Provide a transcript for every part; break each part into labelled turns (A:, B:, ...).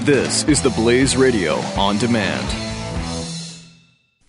A: This is the Blaze Radio on demand.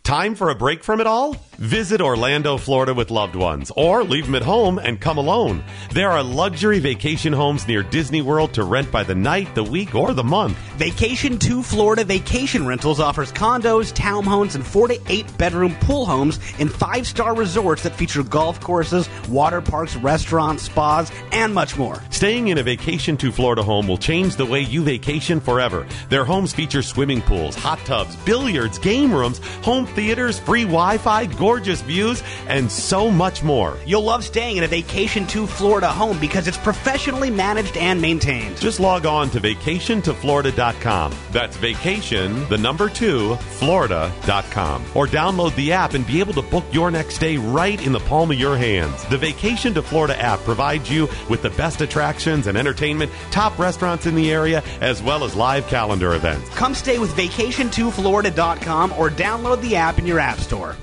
B: Time for a break from it all? Visit Orlando, Florida with loved ones, or leave them at home and come alone. There are luxury vacation homes near Disney World to rent by the night, the week, or the month.
C: Vacation to Florida Vacation Rentals offers condos, townhomes, and four to eight bedroom pool homes in five star resorts that feature golf courses, water parks, restaurants, spas, and much more.
B: Staying in a vacation to Florida home will change the way you vacation forever. Their homes feature swimming pools, hot tubs, billiards, game rooms, home theaters, free Wi Fi, gorgeous views, and so much more.
C: You'll love staying in a Vacation to Florida home because it's professionally managed and maintained.
B: Just log on to vacationtoflorida.com. That's vacation, the number two, Florida.com. Or download the app and be able to book your next day right in the palm of your hands. The Vacation to Florida app provides you with the best attractions and entertainment, top restaurants in the area, as well as live calendar events.
C: Come stay with vacation2florida.com or download the app in your app store.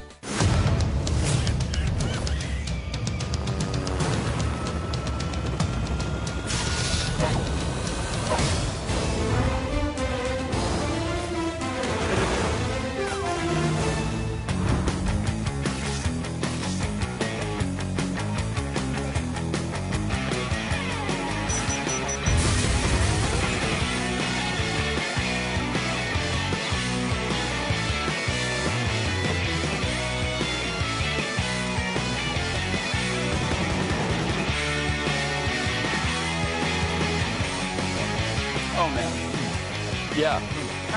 D: Oh man. Yeah.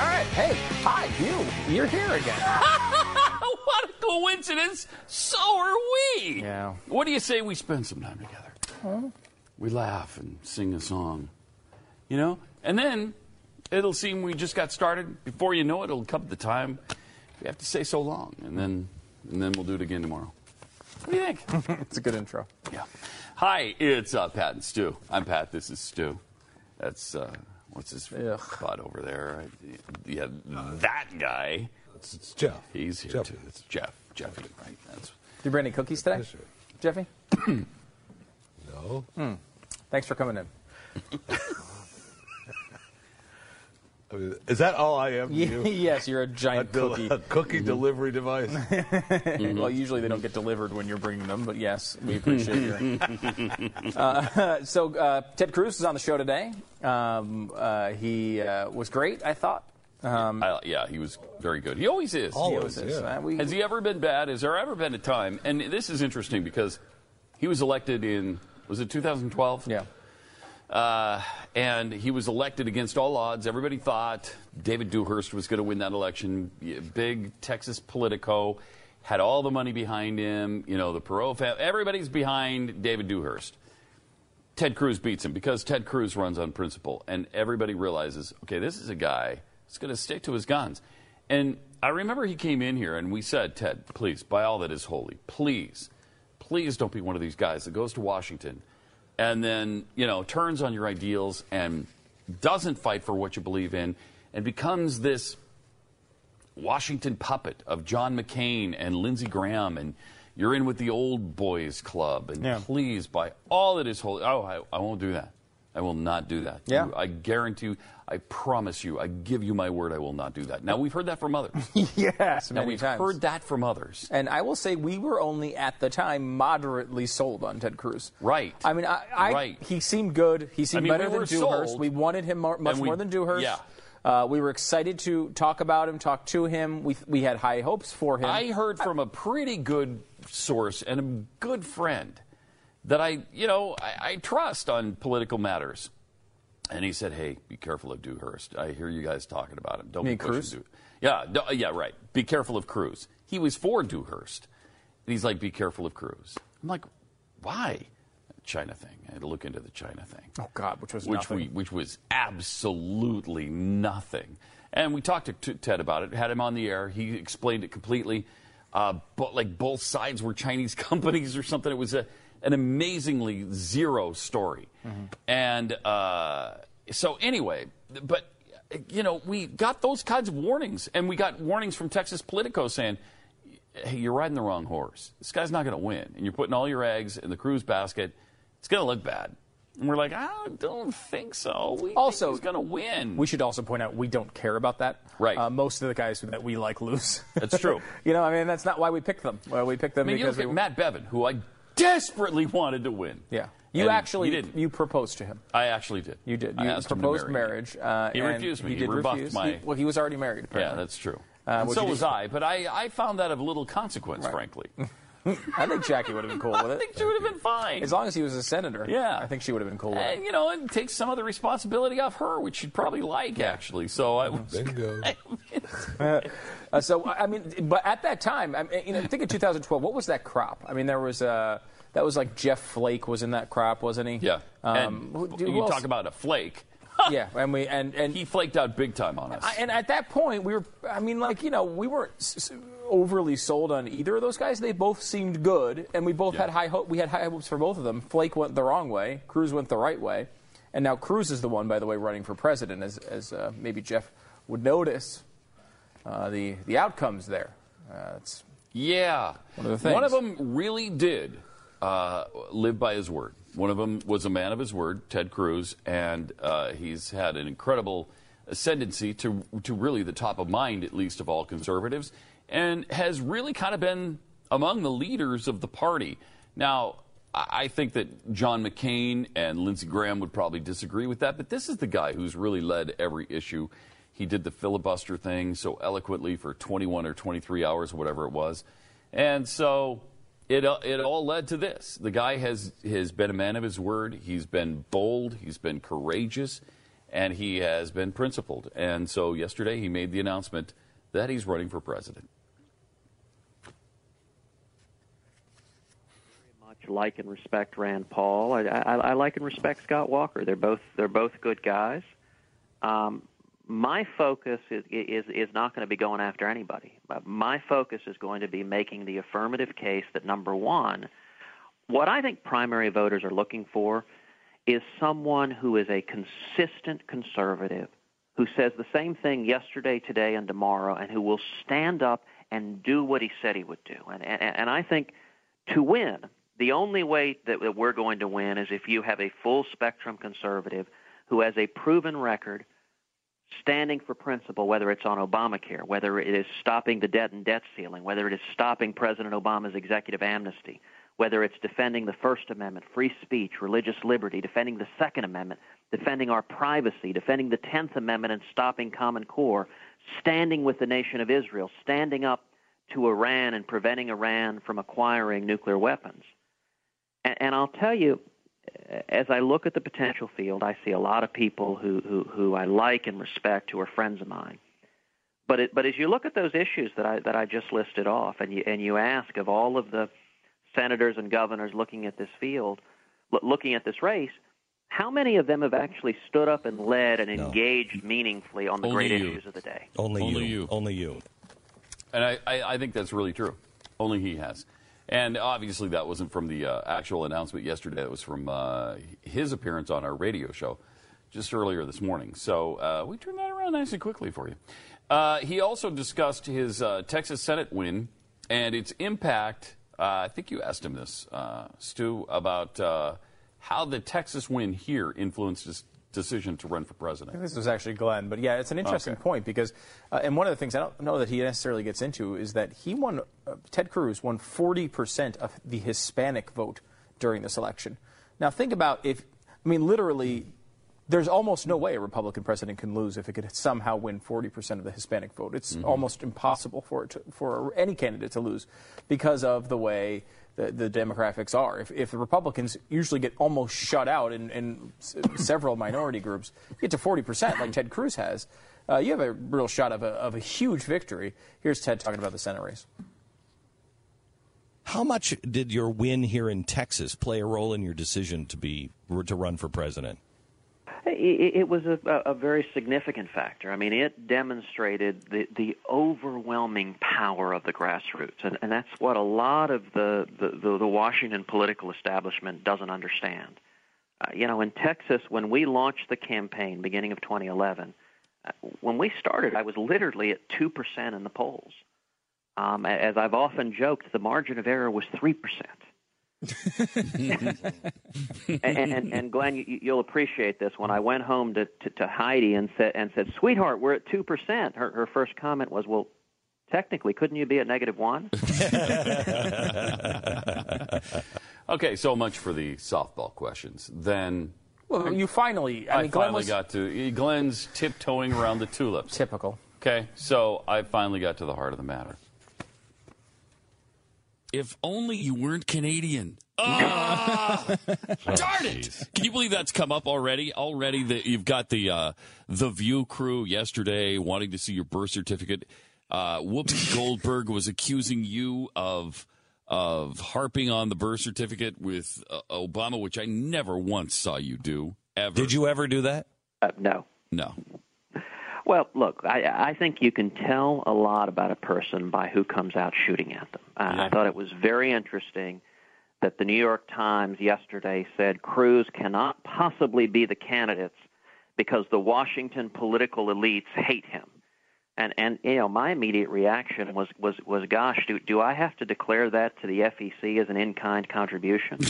D: All right. Hey. Hi. You. You're here again.
E: what a coincidence! So are we.
D: Yeah.
E: What do you say we spend some time together? We laugh and sing a song, you know, and then it'll seem we just got started. Before you know it, it'll come the time we have to say so long, and then and then we'll do it again tomorrow. What do you think?
D: It's a good intro.
E: Yeah. Hi, it's uh, Pat and Stu. I'm Pat. This is Stu. That's uh, what's his
D: Ugh.
E: butt over there? Yeah, that guy.
F: It's Jeff.
E: He's here
F: Jeff.
E: too. It's Jeff. Jeff, right? That's
D: Did you bring any cookies today,
F: Yes, sir.
D: Jeffy? Hmm.
F: No.
D: Thanks for coming in.
F: I mean, is that all I am to
D: Ye-
F: you?
D: yes, you're a
F: A,
D: giant
F: del-
D: cookie. Mm-hmm.
F: a cookie delivery device.
D: Well, usually they don't get delivered when you're bringing them, but yes, we appreciate your. uh, so uh, Ted Cruz is on the show today. Um, uh, he uh, was great, I thought. Um,
E: I, yeah, he was very good. He always is.
F: Always.
D: He was-
F: yeah.
D: uh, we-
E: Has he ever been bad? Has there ever been a time? And this is interesting because he was elected in was it 2012?
D: yeah.
E: Uh, and he was elected against all odds. Everybody thought David Dewhurst was going to win that election. Yeah, Big Texas Politico had all the money behind him. You know, the Perot family. Everybody's behind David Dewhurst. Ted Cruz beats him because Ted Cruz runs on principle, and everybody realizes, okay, this is a guy that's going to stick to his guns. And I remember he came in here and we said, Ted, please, by all that is holy, please, please don't be one of these guys that goes to Washington and then, you know, turns on your ideals and doesn't fight for what you believe in and becomes this Washington puppet of John McCain and Lindsey Graham, and you're in with the old boys club. And please, by all that is holy, oh, I, I won't do that. I will not do that.
D: Yeah.
E: You- I guarantee you, I promise you, I give you my word, I will not do that. Now, we've heard that from others.
D: Yes,
E: now,
D: many
E: we've
D: times.
E: heard that from others.
D: And I will say we were only at the time moderately sold on Ted Cruz.
E: Right.
D: I mean, I, I
E: Right.
D: he seemed good. He seemed
E: I mean,
D: better
E: we
D: than
E: were
D: Dewhurst.
E: sold,
D: we wanted him more, much
E: and we-
D: more than Dewhurst.
E: yeah.
D: Uh, we were excited to talk about him, talk to him. We we had high hopes for him.
E: I heard from a pretty good source and a good friend that I, you know, I, I trust on political matters. And he said, "Hey, be careful of Dewhurst. I hear you guys talking about him. Don't
D: You
E: be
D: mean
E: pushing
D: Cruz?
E: Dew- Yeah, d- yeah, right. Be careful of Cruz. He was for Dewhurst, and he's like, be careful of Cruz. I'm like, why? China thing. I had to look into the China thing
D: oh God, which was
E: which
D: nothing.
E: we which was absolutely nothing. And we talked to T- Ted about it. Had him on the air. He explained it completely. Uh, but like both sides were Chinese companies or something. It was a, an amazingly zero story. And uh, so anyway, but you know we got those kinds of warnings, and we got warnings from Texas Politico saying. Hey, you're riding the wrong horse. This guy's not going to win, and you're putting all your eggs in the Cruz basket. It's going to look bad. And we're like, I don't think so. We
D: Also-
E: think he's going to win.
D: We should also point out we don't care about that.
E: Right.
D: Uh, most of the guys that we like lose.
E: That's true.
D: you know, I mean, that's not why we picked them. Well, we picked them
E: I mean, you
D: because
E: look at
D: we,
E: Matt Bevin, who I desperately wanted to win.
D: Yeah. You
E: And
D: actually
E: he didn't.
D: You proposed to him.
E: I actually did.
D: You did.
E: I
D: You
E: asked him to
D: proposed
E: marry me.
D: marriage. Uh,
E: He
D: and
E: refused me.
D: He did
E: He rebuffed
D: refuse.
E: my-
D: He- well, he was already married.
E: Yeah,
D: Apparently.
E: that's true.
D: Uh,
E: and
D: what'd
E: so
D: you do?
E: was I, but I, I found that of little consequence,
D: Right.
E: frankly.
D: I think Jackie would have been cool with
E: I
D: it.
E: think she would have been fine.
D: As long as he was a senator.
E: Yeah.
D: I think she would have been cool with
E: and,
D: it.
E: you know, and take some of the responsibility off her, which she'd probably like, actually. So I was.
F: Bingo.
D: Uh, so I I mean, but at that time, I mean, you know, think of 2012. What was that crop? I mean, there was Uh, that was like Jeff Flake was in that crop, wasn't he?
E: Yeah.
D: Um,
E: and
D: who- who
E: you
D: else?
E: talk about a flake.
D: yeah, and we and and
E: He flaked out big time on us.
D: I, and at that point, we were, I mean, like, you know, we weren't s- s- overly sold on either of those guys. They both seemed good, and we both
E: Yeah.
D: had high hope. We had high hopes for both of them. Flake went the wrong way, Cruz went the right way. And now Cruz is the one, by the way, running for president, as, as uh, maybe Jeff would notice uh, the, the outcomes there. Uh, it's,
E: Yeah. One
D: of the
E: One of
D: things.
E: them really did uh, live by his word. One of them was a man of his word, Ted Cruz, and uh, he's had an incredible ascendancy to to really the top of mind, at least of all conservatives, and has really kind of been among the leaders of the party. Now, I I think that John McCain and Lindsey Graham would probably disagree with that, but this is the guy who's really led every issue. He did the filibuster thing so eloquently for 21 or 23 hours, whatever it was. And so it, uh, it all led to this. The guy has, has been a man of his word. He's been bold. He's been courageous. And he has been principled. And so yesterday he made the announcement that he's running for president.
G: much like and respect Rand Paul. I, I, I like and respect Scott Walker. They're both they're both good guys. Um, my focus is is is not going to be going after anybody. But My focus is going to be making the affirmative case that number one, what I think primary voters are looking for is someone who is a consistent conservative who says the same thing yesterday, today, and tomorrow, and who will stand up and do what he said he would do. And, and, and I think to win, the only way that, that we're going to win is if you have a full spectrum conservative who has a proven record standing for principle, whether it's on Obamacare, whether it is stopping the debt and debt ceiling, whether it is stopping President Obama's executive amnesty, whether it's defending the First Amendment, free speech, religious liberty, defending the Second Amendment, defending our privacy, defending the Tenth Amendment, and stopping Common Core, standing with the nation of Israel, standing up to Iran and preventing Iran from acquiring nuclear weapons. And, and I'll tell you, as I look at the potential field, I see a lot of people who, who, who I like and respect who are friends of mine. But, it, but as you look at those issues that I, that I just listed off, and you, and you ask of all of the senators and governors looking at this field, lo- looking at this race, how many of them have actually stood up and led and engaged meaningfully on the
E: Only
G: great
E: you.
G: issues of the day?
H: Only,
E: Only you.
H: Only you.
E: And I, I, I think that's really true. Only he has. And obviously, that wasn't from the uh, actual announcement yesterday. It was from uh, his appearance on our radio show just earlier this morning. So uh, we turned that around nice and quickly for you. Uh, he also discussed his uh, Texas Senate win and its impact. Uh, I think you asked him this, uh, Stu, about uh, how the Texas win here influenced his decision to run for president.
D: This was actually Glenn, but yeah, it's an interesting
E: Okay.
D: point because, uh, and one of the things I don't know that he necessarily gets into is that he won, uh, Ted Cruz won 40% of the Hispanic vote during this election. Now, think about if, I mean, literally, there's almost no way a Republican president can lose if it could somehow win 40% of the Hispanic vote. It's
E: Mm-hmm.
D: almost impossible for it to, for any candidate to lose because of the way the, the demographics are. If, if the Republicans usually get almost shut out in, in s- several minority groups, you get to 40% like Ted Cruz has, uh, you have a real shot of a, of a huge victory. Here's Ted talking about the Senate race.
H: How much did your win here in Texas play a role in your decision to be to run for president?
G: it, it was a, a very significant factor. I mean, it demonstrated the, the overwhelming power of the grassroots, and, and that's what a lot of the, the, the, the Washington political establishment doesn't understand. Uh, you know, in Texas, when we launched the campaign beginning of 2011, uh, when we started, I was literally at 2% in the polls. Um, a- as I've often joked, the margin of error was 3%. and, and, and Glenn, you, you'll appreciate this. When I went home to, to, to Heidi and said, and said, "Sweetheart, we're at two percent," her, her first comment was, "Well, technically, couldn't you be at negative one?"
E: Okay, so much for the softball questions. Then
D: Well, you finally. I,
E: I,
D: mean, Glenn
E: finally
D: was
E: got to Glenn's tiptoeing around the tulips.
D: typical.
E: Okay, so I finally got to the heart of the matter.
I: If only you weren't Canadian. Ah,
H: Oh,
I: darn it! Can you believe that's come up already? Already, the, you've got the uh, the View crew yesterday wanting to see your birth certificate. Uh, Whoopi Goldberg was accusing you of of harping on the birth certificate with uh, Obama, which I never once saw you do ever.
H: Did you ever do that?
G: Uh, no.
I: No.
G: Well, look, I, I think you can tell a lot about a person by who comes out shooting at them. I, I thought it was very interesting that the New York Times yesterday said Cruz cannot possibly be the candidate because the Washington political elites hate him. And and you know, my immediate reaction was was was, gosh, do do I have to declare that to the FEC as an in kind contribution?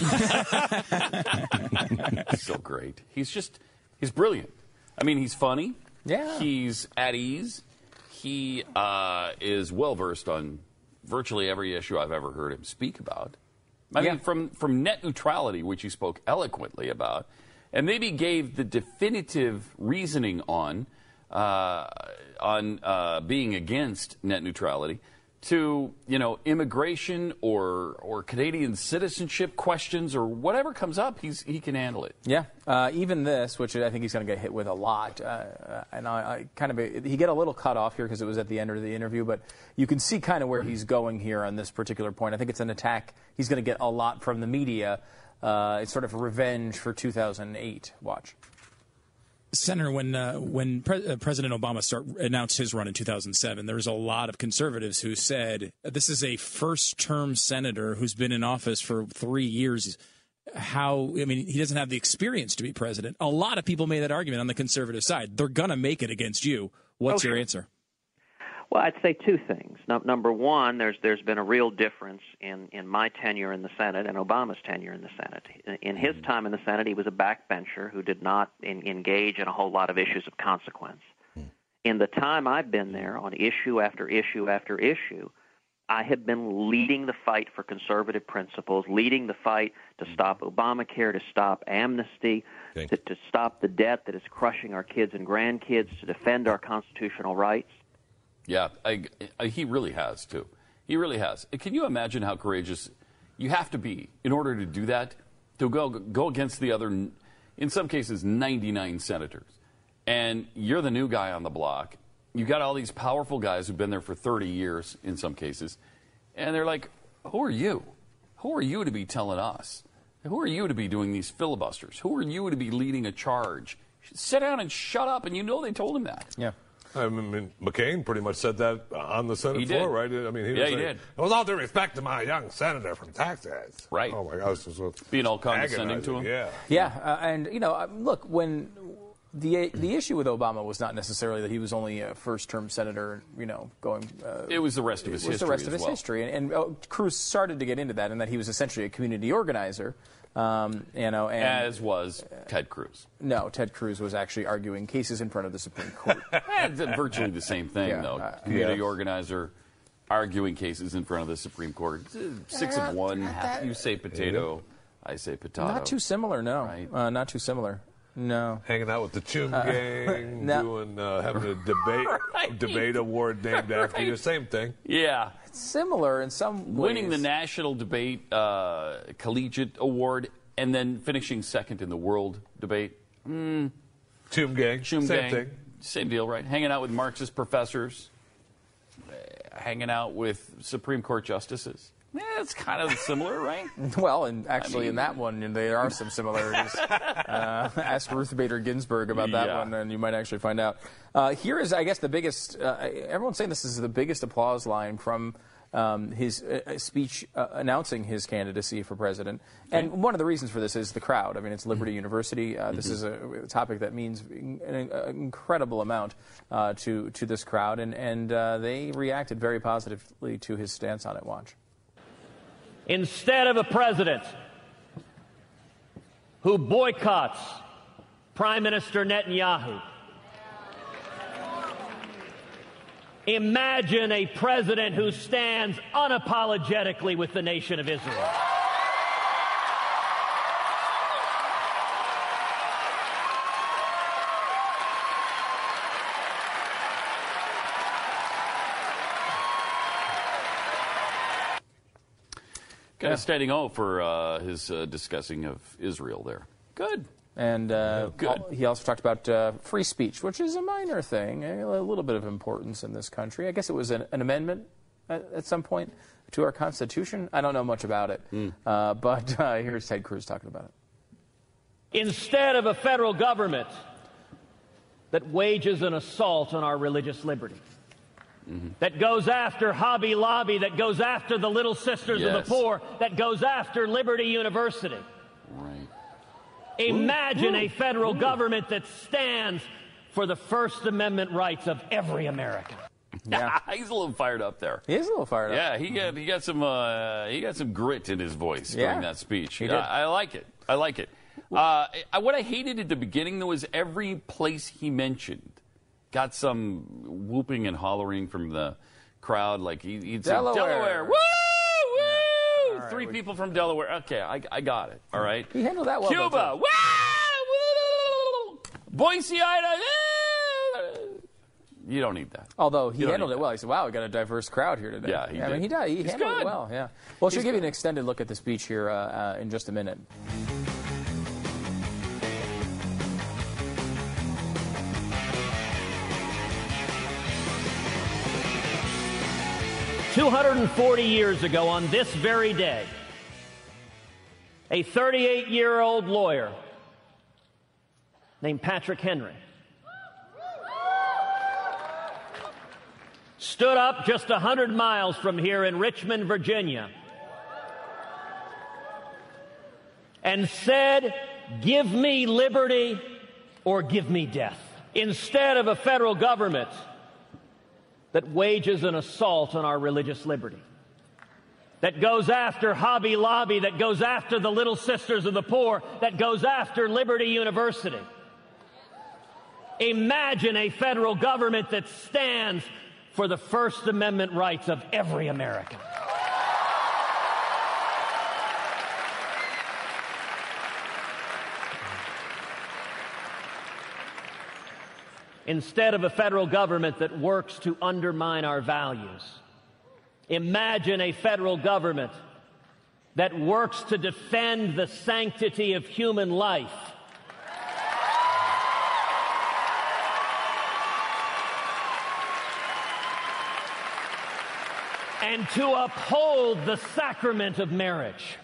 E: so great. He's just he's brilliant. I mean, he's funny.
D: Yeah.
E: He's at ease. He uh, is well versed on virtually every issue I've ever heard him speak about. I
D: Yeah.
E: mean, from from net neutrality, which he spoke eloquently about, and maybe gave the definitive reasoning on uh, on uh, being against net neutrality to you know immigration or or Canadian citizenship questions or whatever comes up, he's he can handle it.
D: Yeah, uh, even this, which I think he's going to get hit with a lot, uh, uh, and I, I kind of he get a little cut off here because it was at the end of the interview, but you can see kind of where he's going here on this particular point. I think it's an attack. He's going to get a lot from the media. Uh, it's sort of revenge for 2008. Watch.
J: Senator, when uh, when Pre- uh, President Obama start, announced his run in 2007, there was a lot of conservatives who said this is a first-term senator who's been in office for three years. How I mean, he doesn't have the experience to be president. A lot of people made that argument on the conservative side. They're gonna make it against you. What's your answer?
G: Well, I'd say two things. Num number one, there's there's been a real difference in in my tenure in the Senate and Obama's tenure in the Senate. In- In his time in the Senate, he was a backbencher who did not en- engage in a whole lot of issues of consequence. In the time I've been there, on issue after issue after issue, I have been leading the fight for conservative principles, leading the fight to stop Obamacare, to stop amnesty,
H: Okay.
G: to, to stop the debt that is crushing our kids and grandkids, to defend our constitutional rights.
E: Yeah, I, I, he really has too. He really has. Can you imagine how courageous you have to be in order to do that? To go go against the other, in some cases, 99 senators, and you're the new guy on the block. You got all these powerful guys who've been there for 30 years in some cases, and they're like, "Who are you? Who are you to be telling us? Who are you to be doing these filibusters? Who are you to be leading a charge? Sit down and shut up." And you know they told him that.
D: Yeah.
F: I mean, McCain pretty much said that on the Senate
E: He did.
F: floor, right? I mean, he e-
E: Yeah,
F: was
E: he
F: like,
E: did.
F: With all due respect to my young senator from Texas.
E: Right.
F: Oh my gosh, this was
E: Being all condescending to
F: agonizing,
E: him.
F: Yeah.
D: Yeah, uh, and you know, uh, look when the the issue with Obama was not necessarily that he was only a first-term senator, you know, going. Uh,
E: It was the rest of his
D: it was
E: history.
D: the rest
E: as
D: of his
E: well.
D: history. And, and uh, Cruz started to get into that, and that he was essentially a community organizer. Um, you know, and
E: As was Ted Cruz.
D: no, Ted Cruz was actually arguing cases in front of the Supreme Court.
E: Eh, it's virtually the same thing,
D: Yeah,
E: though.
D: uh,
E: Community
F: yeah.
E: organizer arguing cases in front of the Supreme Court. Eh, Six of one. half- you say potato. I say potato.
D: Uh, not too similar, no.
E: Right.
D: Uh, not too similar. No.
F: Hanging out with the Chum
D: Uh,
F: gang,
D: no.
F: doing uh, having a debate debate award named after you. Same thing.
E: yeah.
D: Similar in some ways.
E: Winning the national debate uh, collegiate award and then finishing second in the world debate. Hmm.
F: Chum gang.
E: Chum
F: same
E: gang,
F: thing.
E: Same deal, right? Hanging out with Marxist professors, eh, hanging out with Supreme Court justices. Eh, it's kind of similar, right?
D: Well, and actually, in
E: mean-
D: that one, you know, there are some similarities. uh, ask Ruth Bader Ginsburg about that
E: Yeah.
D: one, and you might actually find out. Uh, here is, I guess, the biggest. Uh, everyone's saying this is the biggest applause line from um, his uh, speech uh, announcing his candidacy for president. And one of the reasons for this is the crowd. I mean, it's Liberty
E: Mm-hmm.
D: University. Uh, this is a topic that means an, an incredible amount uh, to to this crowd, and and uh, they reacted very positively to his stance on it. Watch.
K: instead of a president who boycotts Prime Minister Netanyahu. Imagine a president who stands unapologetically with the nation of Israel.
E: Got a standing O for uh, his uh, discussing of Israel there.
D: Good. And uh, al- he also talked about uh, free speech, which is a minor thing, a a little bit of importance in this country. I guess it was an, an amendment at, at some point to our Constitution. I don't know much about it, uh, but uh, here's Ted Cruz talking about it.
K: instead of a federal government that wages an assault on our religious liberty,
E: Mm-hmm.
K: that goes after Hobby Lobby, that goes after the Little Sisters of
E: Yes.
K: the Poor, that goes after Liberty University.
E: Right.
K: Imagine
E: Ooh, ooh,
K: a federal
E: ooh.
K: government that stands for the First Amendment rights of every American.
E: Yeah. He's a little fired up there. He
D: is a little fired
E: Yeah, he got he got some uh, he got some grit in his voice
D: Yeah.
E: during that speech.
D: He did.
E: I, I like it. I like it. Uh, I, what I hated at the beginning though is every place he mentioned got some whooping and hollering from the crowd. Like he, he'd say
D: Delaware.
E: Delaware, woo, woo,
D: All right,
E: three
D: we-
E: people from Delaware. Okay, I, I got it. All right.
D: He handled that well, though,
E: Cuba,
D: too.
E: woo, woo, Boise, Idaho. woo. You don't need that.
D: Although he
E: You don't
D: handled
E: need
D: it well. He said, wow, we got a diverse crowd here today.
E: Yeah, he
D: I mean,
E: did.
D: he, did. he
E: He's
D: handled
E: good.
D: it well, yeah. Well, she'll give you an extended look at the speech here uh, uh, in just a minute.
K: Two hundred and forty years ago, on this very day, a thirty-eight-year-old lawyer named Patrick Henry stood up just 100 miles from here in Richmond, Virginia, and said, Give me liberty or give me death. Instead of a federal government that wages an assault on our religious liberty, that goes after Hobby Lobby, that goes after the Little Sisters of the Poor, that goes after Liberty University. Imagine a federal government that stands for the First Amendment rights of every American. Instead of a federal government that works to undermine our values, imagine a federal government that works to defend the sanctity of human life and to uphold the sacrament of marriage.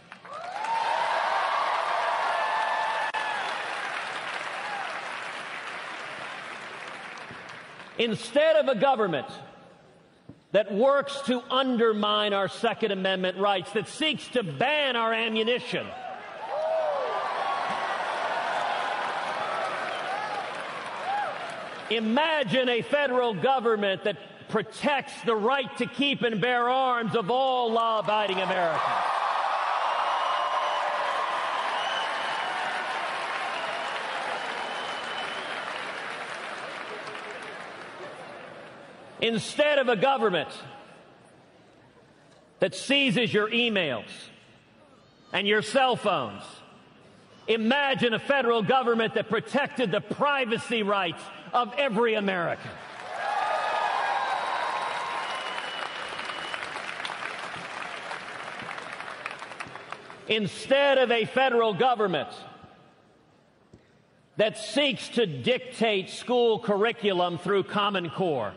K: Instead of a government that works to undermine our Second Amendment rights, that seeks to ban our ammunition, Imagine a federal government that protects the right to keep and bear arms of all law abiding Americans. Instead of a government that seizes your emails and your cell phones Imagine a federal government that protected the privacy rights of every American. Instead of a federal government that seeks to dictate school curriculum through Common Core.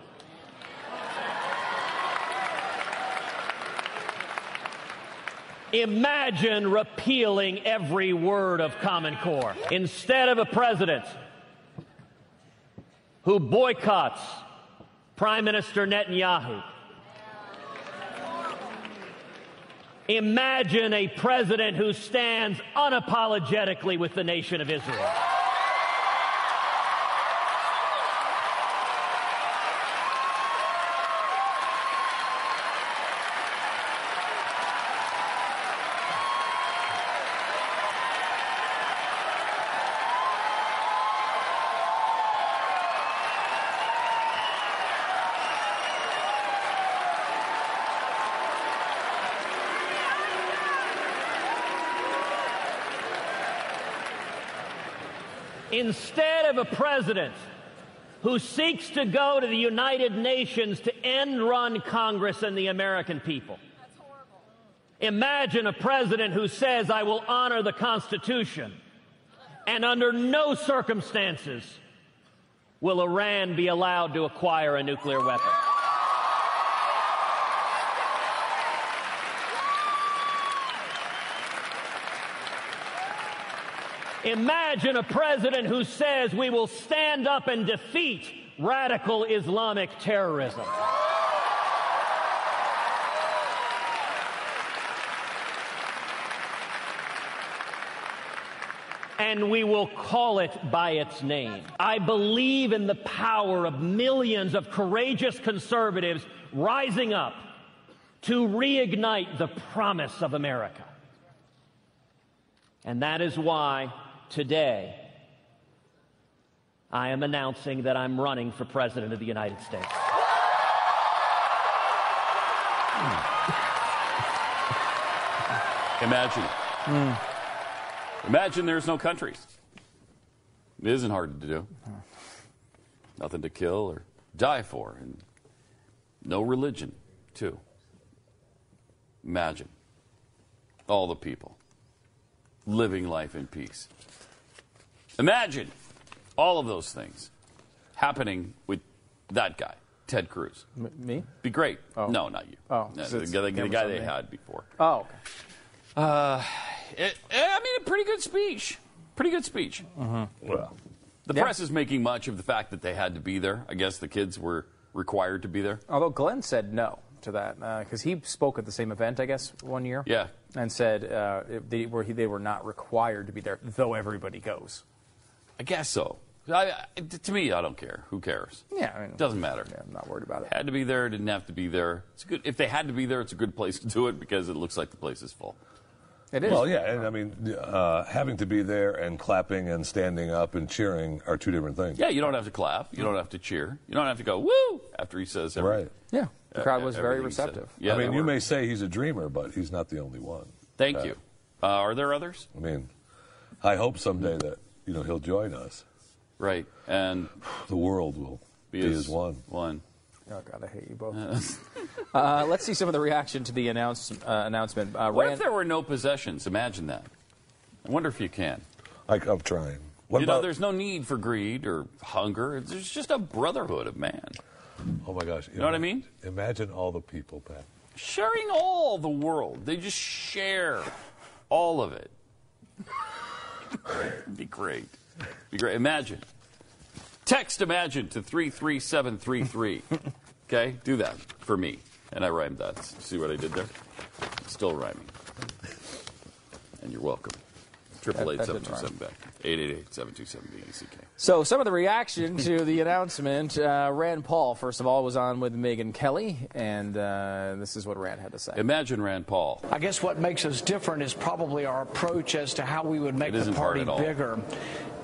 K: Imagine repealing every word of Common Core instead of a president who boycotts Prime Minister Netanyahu. Imagine a president who stands unapologetically with the nation of Israel. Instead of a president who seeks to go to the United Nations to end run Congress and the American people. Imagine a president who says, I will honor the Constitution, and under no circumstances will Iran be allowed to acquire a nuclear weapon. Imagine a president who says we will stand up and defeat radical Islamic terrorism. And we will call it by its name. I believe in the power of millions of courageous conservatives rising up to reignite the promise of America. And that is why today, I am announcing that I'm running for President of the United States.
E: Imagine.
D: Hmm.
E: Imagine there's no countries. It isn't hard to do. Nothing to kill or die for, and no religion, too. Imagine all the people living life in peace. Imagine all of those things happening with that guy, Ted Cruz.
D: me?
E: Be great. No, not you.
D: Oh,
E: No,
D: so
E: the,
D: it's-
E: guy- the
D: camera's
E: guy
D: on
E: they
D: me.
E: had before.
D: Oh, okay.
E: Uh, it, I mean, a pretty good speech. Pretty good speech.
D: Mm-hmm.
E: Well, the press is making much of the fact that they had to be there. I guess the kids were required to be there.
D: Although Glenn said no to that because he spoke at the same event, I guess, one year.
E: Yeah.
D: And said uh, it- they, were, they were not required to be there, though everybody goes.
E: I guess so. I, I- to me, I don't care. Who cares?
D: Yeah, I mean-
E: doesn't matter.
D: I'm not worried about it.
E: Had to be there. Didn't have to be there. It's good. If they had to be there, it's a good place to do it because it looks like the place is full.
D: It is.
F: Well, yeah, and I mean, uh, having to be there and clapping and standing up and cheering are two different things.
E: Yeah, you don't have to clap. You don't have to cheer. You don't have to go woo after he says everything.
F: Right.
D: Yeah, the crowd
E: Uh,
D: was very
E: everything he said.
D: receptive.
E: Yeah,
F: I mean,
E: they
F: you
E: were.
F: may say he's a dreamer, but he's not the only one.
E: Thank
F: Uh,
E: you. Uh, are there others?
F: I mean, I hope someday that you know he'll join us.
E: Right. And
F: the world will be,
E: as
F: as one.
E: One.
D: Oh God, I hate you both. uh, let's see some of the reaction to the announce, uh, announcement. Uh,
E: What
D: Rand-
E: if there were no possessions? Imagine that. I wonder if you can.
F: I, I'm trying. What
E: you know,
F: about?
E: there's no need for greed or hunger. It's- There's just a brotherhood of man.
F: oh my gosh!
E: You know what I mean?
F: Imagine all the people, Pat.
E: Sharing all the world. They just share all of it. It'd be great. Be great. Imagine. Text imagine to 33733. okay? Do that for me. And I rhymed that. See what I did there? Still rhyming. And you're welcome. Triple eight
D: That- that
E: seven
D: didn't
E: two
D: rhyme.
E: seven back. Eight eight eight seven two seven B E C K.
D: So, some of the reaction to the announcement. Uh, Rand Paul, first of all, was on with Megan Kelly, and uh, this is what Rand had to say.
E: Imagine Rand Paul.
L: I guess what makes us different is probably our approach as to how we would make
E: It
L: the
E: isn't hard
L: party
E: at all.
L: bigger.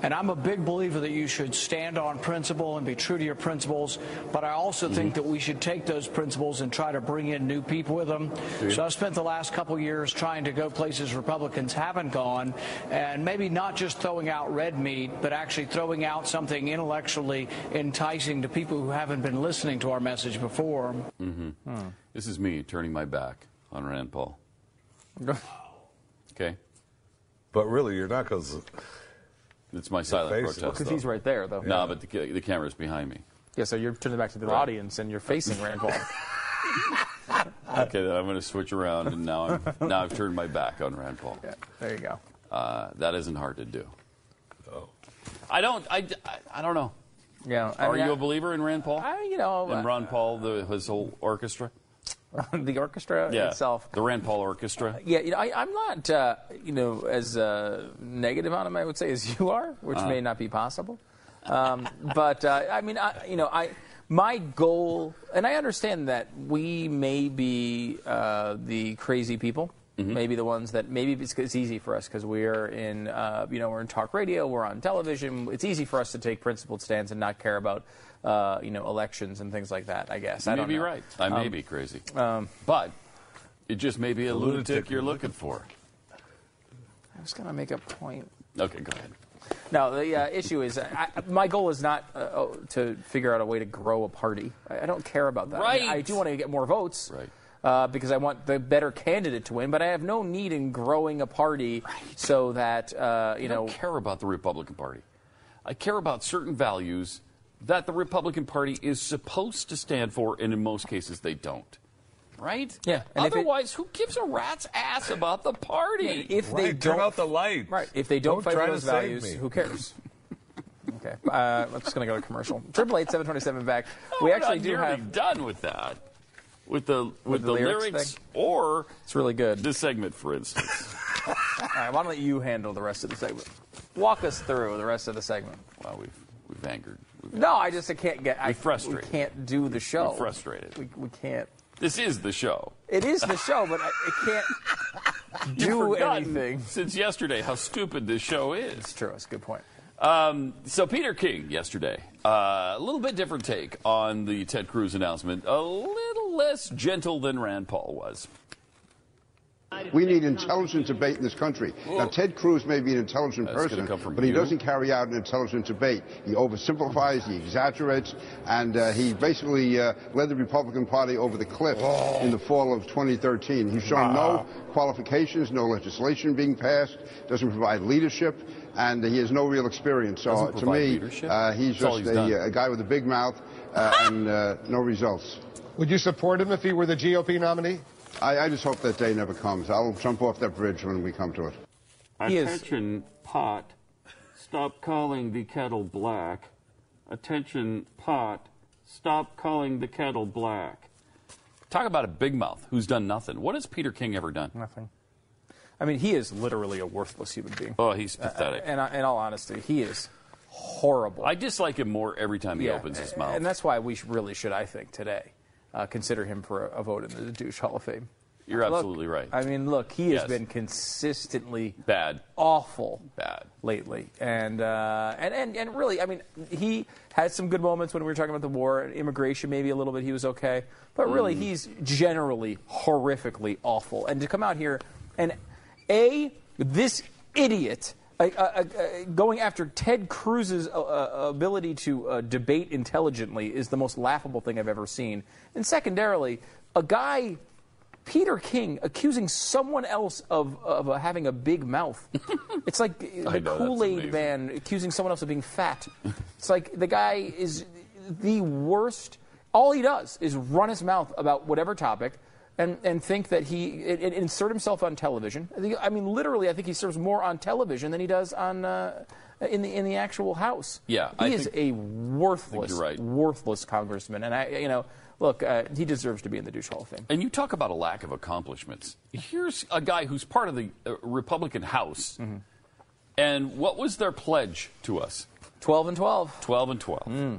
L: And I'm a big believer that you should stand on principle and be true to your principles, but I also
E: Mm-hmm.
L: think that we should take those principles and try to bring in new people with them. So I've spent the last couple years trying to go places Republicans haven't gone, and maybe not just throwing out red meat, but actually throwing out something intellectually enticing to people who haven't been listening to our message before.
E: Mm-hmm. This is me turning my back on Rand Paul. okay?
F: But really, you're not because
E: it's my silent
F: face is-
E: protest.
F: Well, 'cause he's
E: though.
D: right there, though.
E: No,
D: Yeah.
E: but the, ca- the camera's behind me.
D: Yeah, so you're turning back to the audience and you're facing Rand Paul.
E: Okay, then I'm going to switch around, and now I'm now I've turned my back on Rand Paul.
D: there you go.
E: Uh, that isn't hard to do. Oh. I don't. I, I, I don't know.
D: Yeah. I
E: Are
D: mean,
E: you
D: I-
E: a believer in Rand Paul?
D: I, you know,
E: in Ron Paul, the, his whole orchestra.
D: the orchestra
E: Yeah,
D: itself.
E: the Rand Paul Orchestra.
D: Yeah, you know, I, I'm not, uh, you know, as uh, negative on him, I would say, as you are, which
E: Uh-huh.
D: may not be possible. Um, but uh, I mean, I, you know, I my goal, and I understand that we may be uh, the crazy people. Maybe the ones that maybe it's, it's easy for us because we're in, uh, you know, we're in talk radio, we're on television. It's easy for us to take principled stands and not care about, uh, you know, elections and things like that. I guess I
E: you may
D: don't
E: be
D: know.
E: right. I may
D: Um,
E: be crazy,
D: um,
E: but it just may be a
D: lunatic
E: lunatic you're looking for.
D: I was gonna make a point.
E: Okay, go ahead.
D: No, the uh, issue is I, I- my goal is not uh, oh, to figure out a way to grow a party. I, I don't care about that. I, mean,
E: Right.
D: I do want to get more votes. Right. Uh, because I want the better candidate to win, but I have no need in growing a party so that uh, you
E: I
D: know.
E: don't care about the Republican Party. I care about certain values that the Republican Party is supposed to stand for, and in most cases they don't. Right?
D: Yeah. and if it-
E: Otherwise, who gives a rat's ass about the party?
D: if they
E: Right,
D: don't
E: turn out
F: the light,
D: right? If they don't,
E: Don't
D: fight
E: try
D: for
E: to
D: those
E: save
D: values,
E: me.
D: who cares? okay, uh, I'm just gonna go to commercial. Triple eight seven twenty seven back. we
E: we're
D: actually
E: not
D: do
E: nearly
D: have
E: done with that. With the
D: With
E: with,
D: the
E: the,
D: lyrics
E: lyrics,
D: thing?
E: or
D: it's really good.
E: This segment, for instance.
D: All right, why don't let you handle the rest of the segment? Walk us through the rest of the segment.
E: Well, we've we've angered. We've
D: No, I just I can't get. I
E: We're frustrated.
D: We can't do the show.
E: We're frustrated.
D: We, we can't.
E: This is the show.
D: It is the show, but I, I can't
E: You've
D: do
E: forgotten
D: anything.
E: since yesterday how stupid this show is. It's
D: true. It's a good point.
E: Um, so Peter King yesterday, uh, a little bit different take on the Ted Cruz announcement. A little less gentle than Rand Paul was.
M: We need intelligent debate in this country. Now, Ted Cruz may be an intelligent
E: That's gonna
M: person,
E: come from
M: but he
E: you.
M: doesn't carry out an intelligent debate. He oversimplifies, he exaggerates, and uh, he basically uh, led the Republican Party over the cliff in the fall of 2013. He's shown no qualifications, no legislation being passed, doesn't provide leadership, and he has no real experience. So,
E: Doesn't
M: to
E: provide
M: me,
E: leadership?
M: uh, he's
E: That's all
M: just
E: he's done.
M: a, a guy with a big mouth uh, and uh, no results.
N: Would you support him if he were the GOP nominee?
M: I, I just hope that day never comes. I'll jump off that bridge when we come to it.
O: Attention, pot. Stop calling the kettle black. Attention, pot. Stop calling the kettle black.
E: Talk about a big mouth who's done nothing. What has Peter King ever done?
D: Nothing. I mean, he is literally a worthless human being. Uh,
E: Oh, he's pathetic.
D: and I, in all honesty, he is horrible.
E: I dislike him more every time he opens his mouth.
D: and that's why we sh- really should, I think, today uh, consider him for a, a vote in the douche Hall of Fame.
E: You're
D: Look,
E: absolutely right.
D: I mean, look, he has
E: Yes.
D: been consistently
E: bad,
D: awful,
E: bad
D: lately, and uh, and and and really, I mean, he had some good moments when we were talking about the war, immigration, maybe a little bit. He was okay, but really,
E: Mm.
D: he's generally horrifically awful. And to come out here and a this idiot. Uh, uh, uh, going after Ted Cruz's uh, uh, ability to uh, debate intelligently is the most laughable thing I've ever seen. And secondarily, a guy Peter King accusing someone else of, of uh, having a big mouth. it's like
E: I
D: the
E: know, that's
D: Kool Aid
E: amazing.
D: man accusing someone else of being fat. it's like the guy is the worst. All he does is run his mouth about whatever topic. And, and think that he and- and insert himself on television. I think- I mean, literally, I think he serves more on television than he does on uh, in the in the actual House.
E: Yeah,
D: he
E: I
D: is
E: think-
D: a worthless,
E: you're right.
D: worthless congressman. And I, you know, look, uh, he deserves to be in the douche hall of fame.
E: And you talk about a lack of accomplishments. Here's a guy who's part of the uh, Republican House. And what was their pledge to us?
D: 12 and 12.
E: 12 and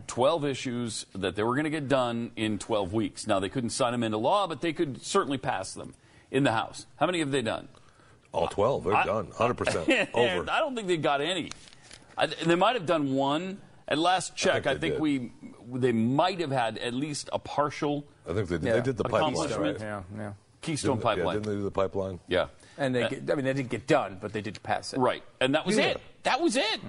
E: 12. 12 issues that they were going to get done in 12 weeks. Now, they couldn't sign them into law, but they could certainly pass them in the House. How many have they done?
F: All 12. They're
E: I-
F: done. 100%. over.
E: I don't think they got any. I, th- they might have done one. At last check, I think,
F: they
E: we they might have had at least a partial.
F: I think they did. They did the pipeline,
E: accomplishment.
F: right? Yeah,
D: yeah.
E: Keystone
F: Didn't they-
E: Pipeline.
F: Yeah, didn't they do the pipeline?
E: Yeah.
D: And they,
E: Uh,
D: get, I mean, they didn't get done, but they did pass it.
E: Right. And that was
D: Yeah. Mm-hmm.
E: it. That was it.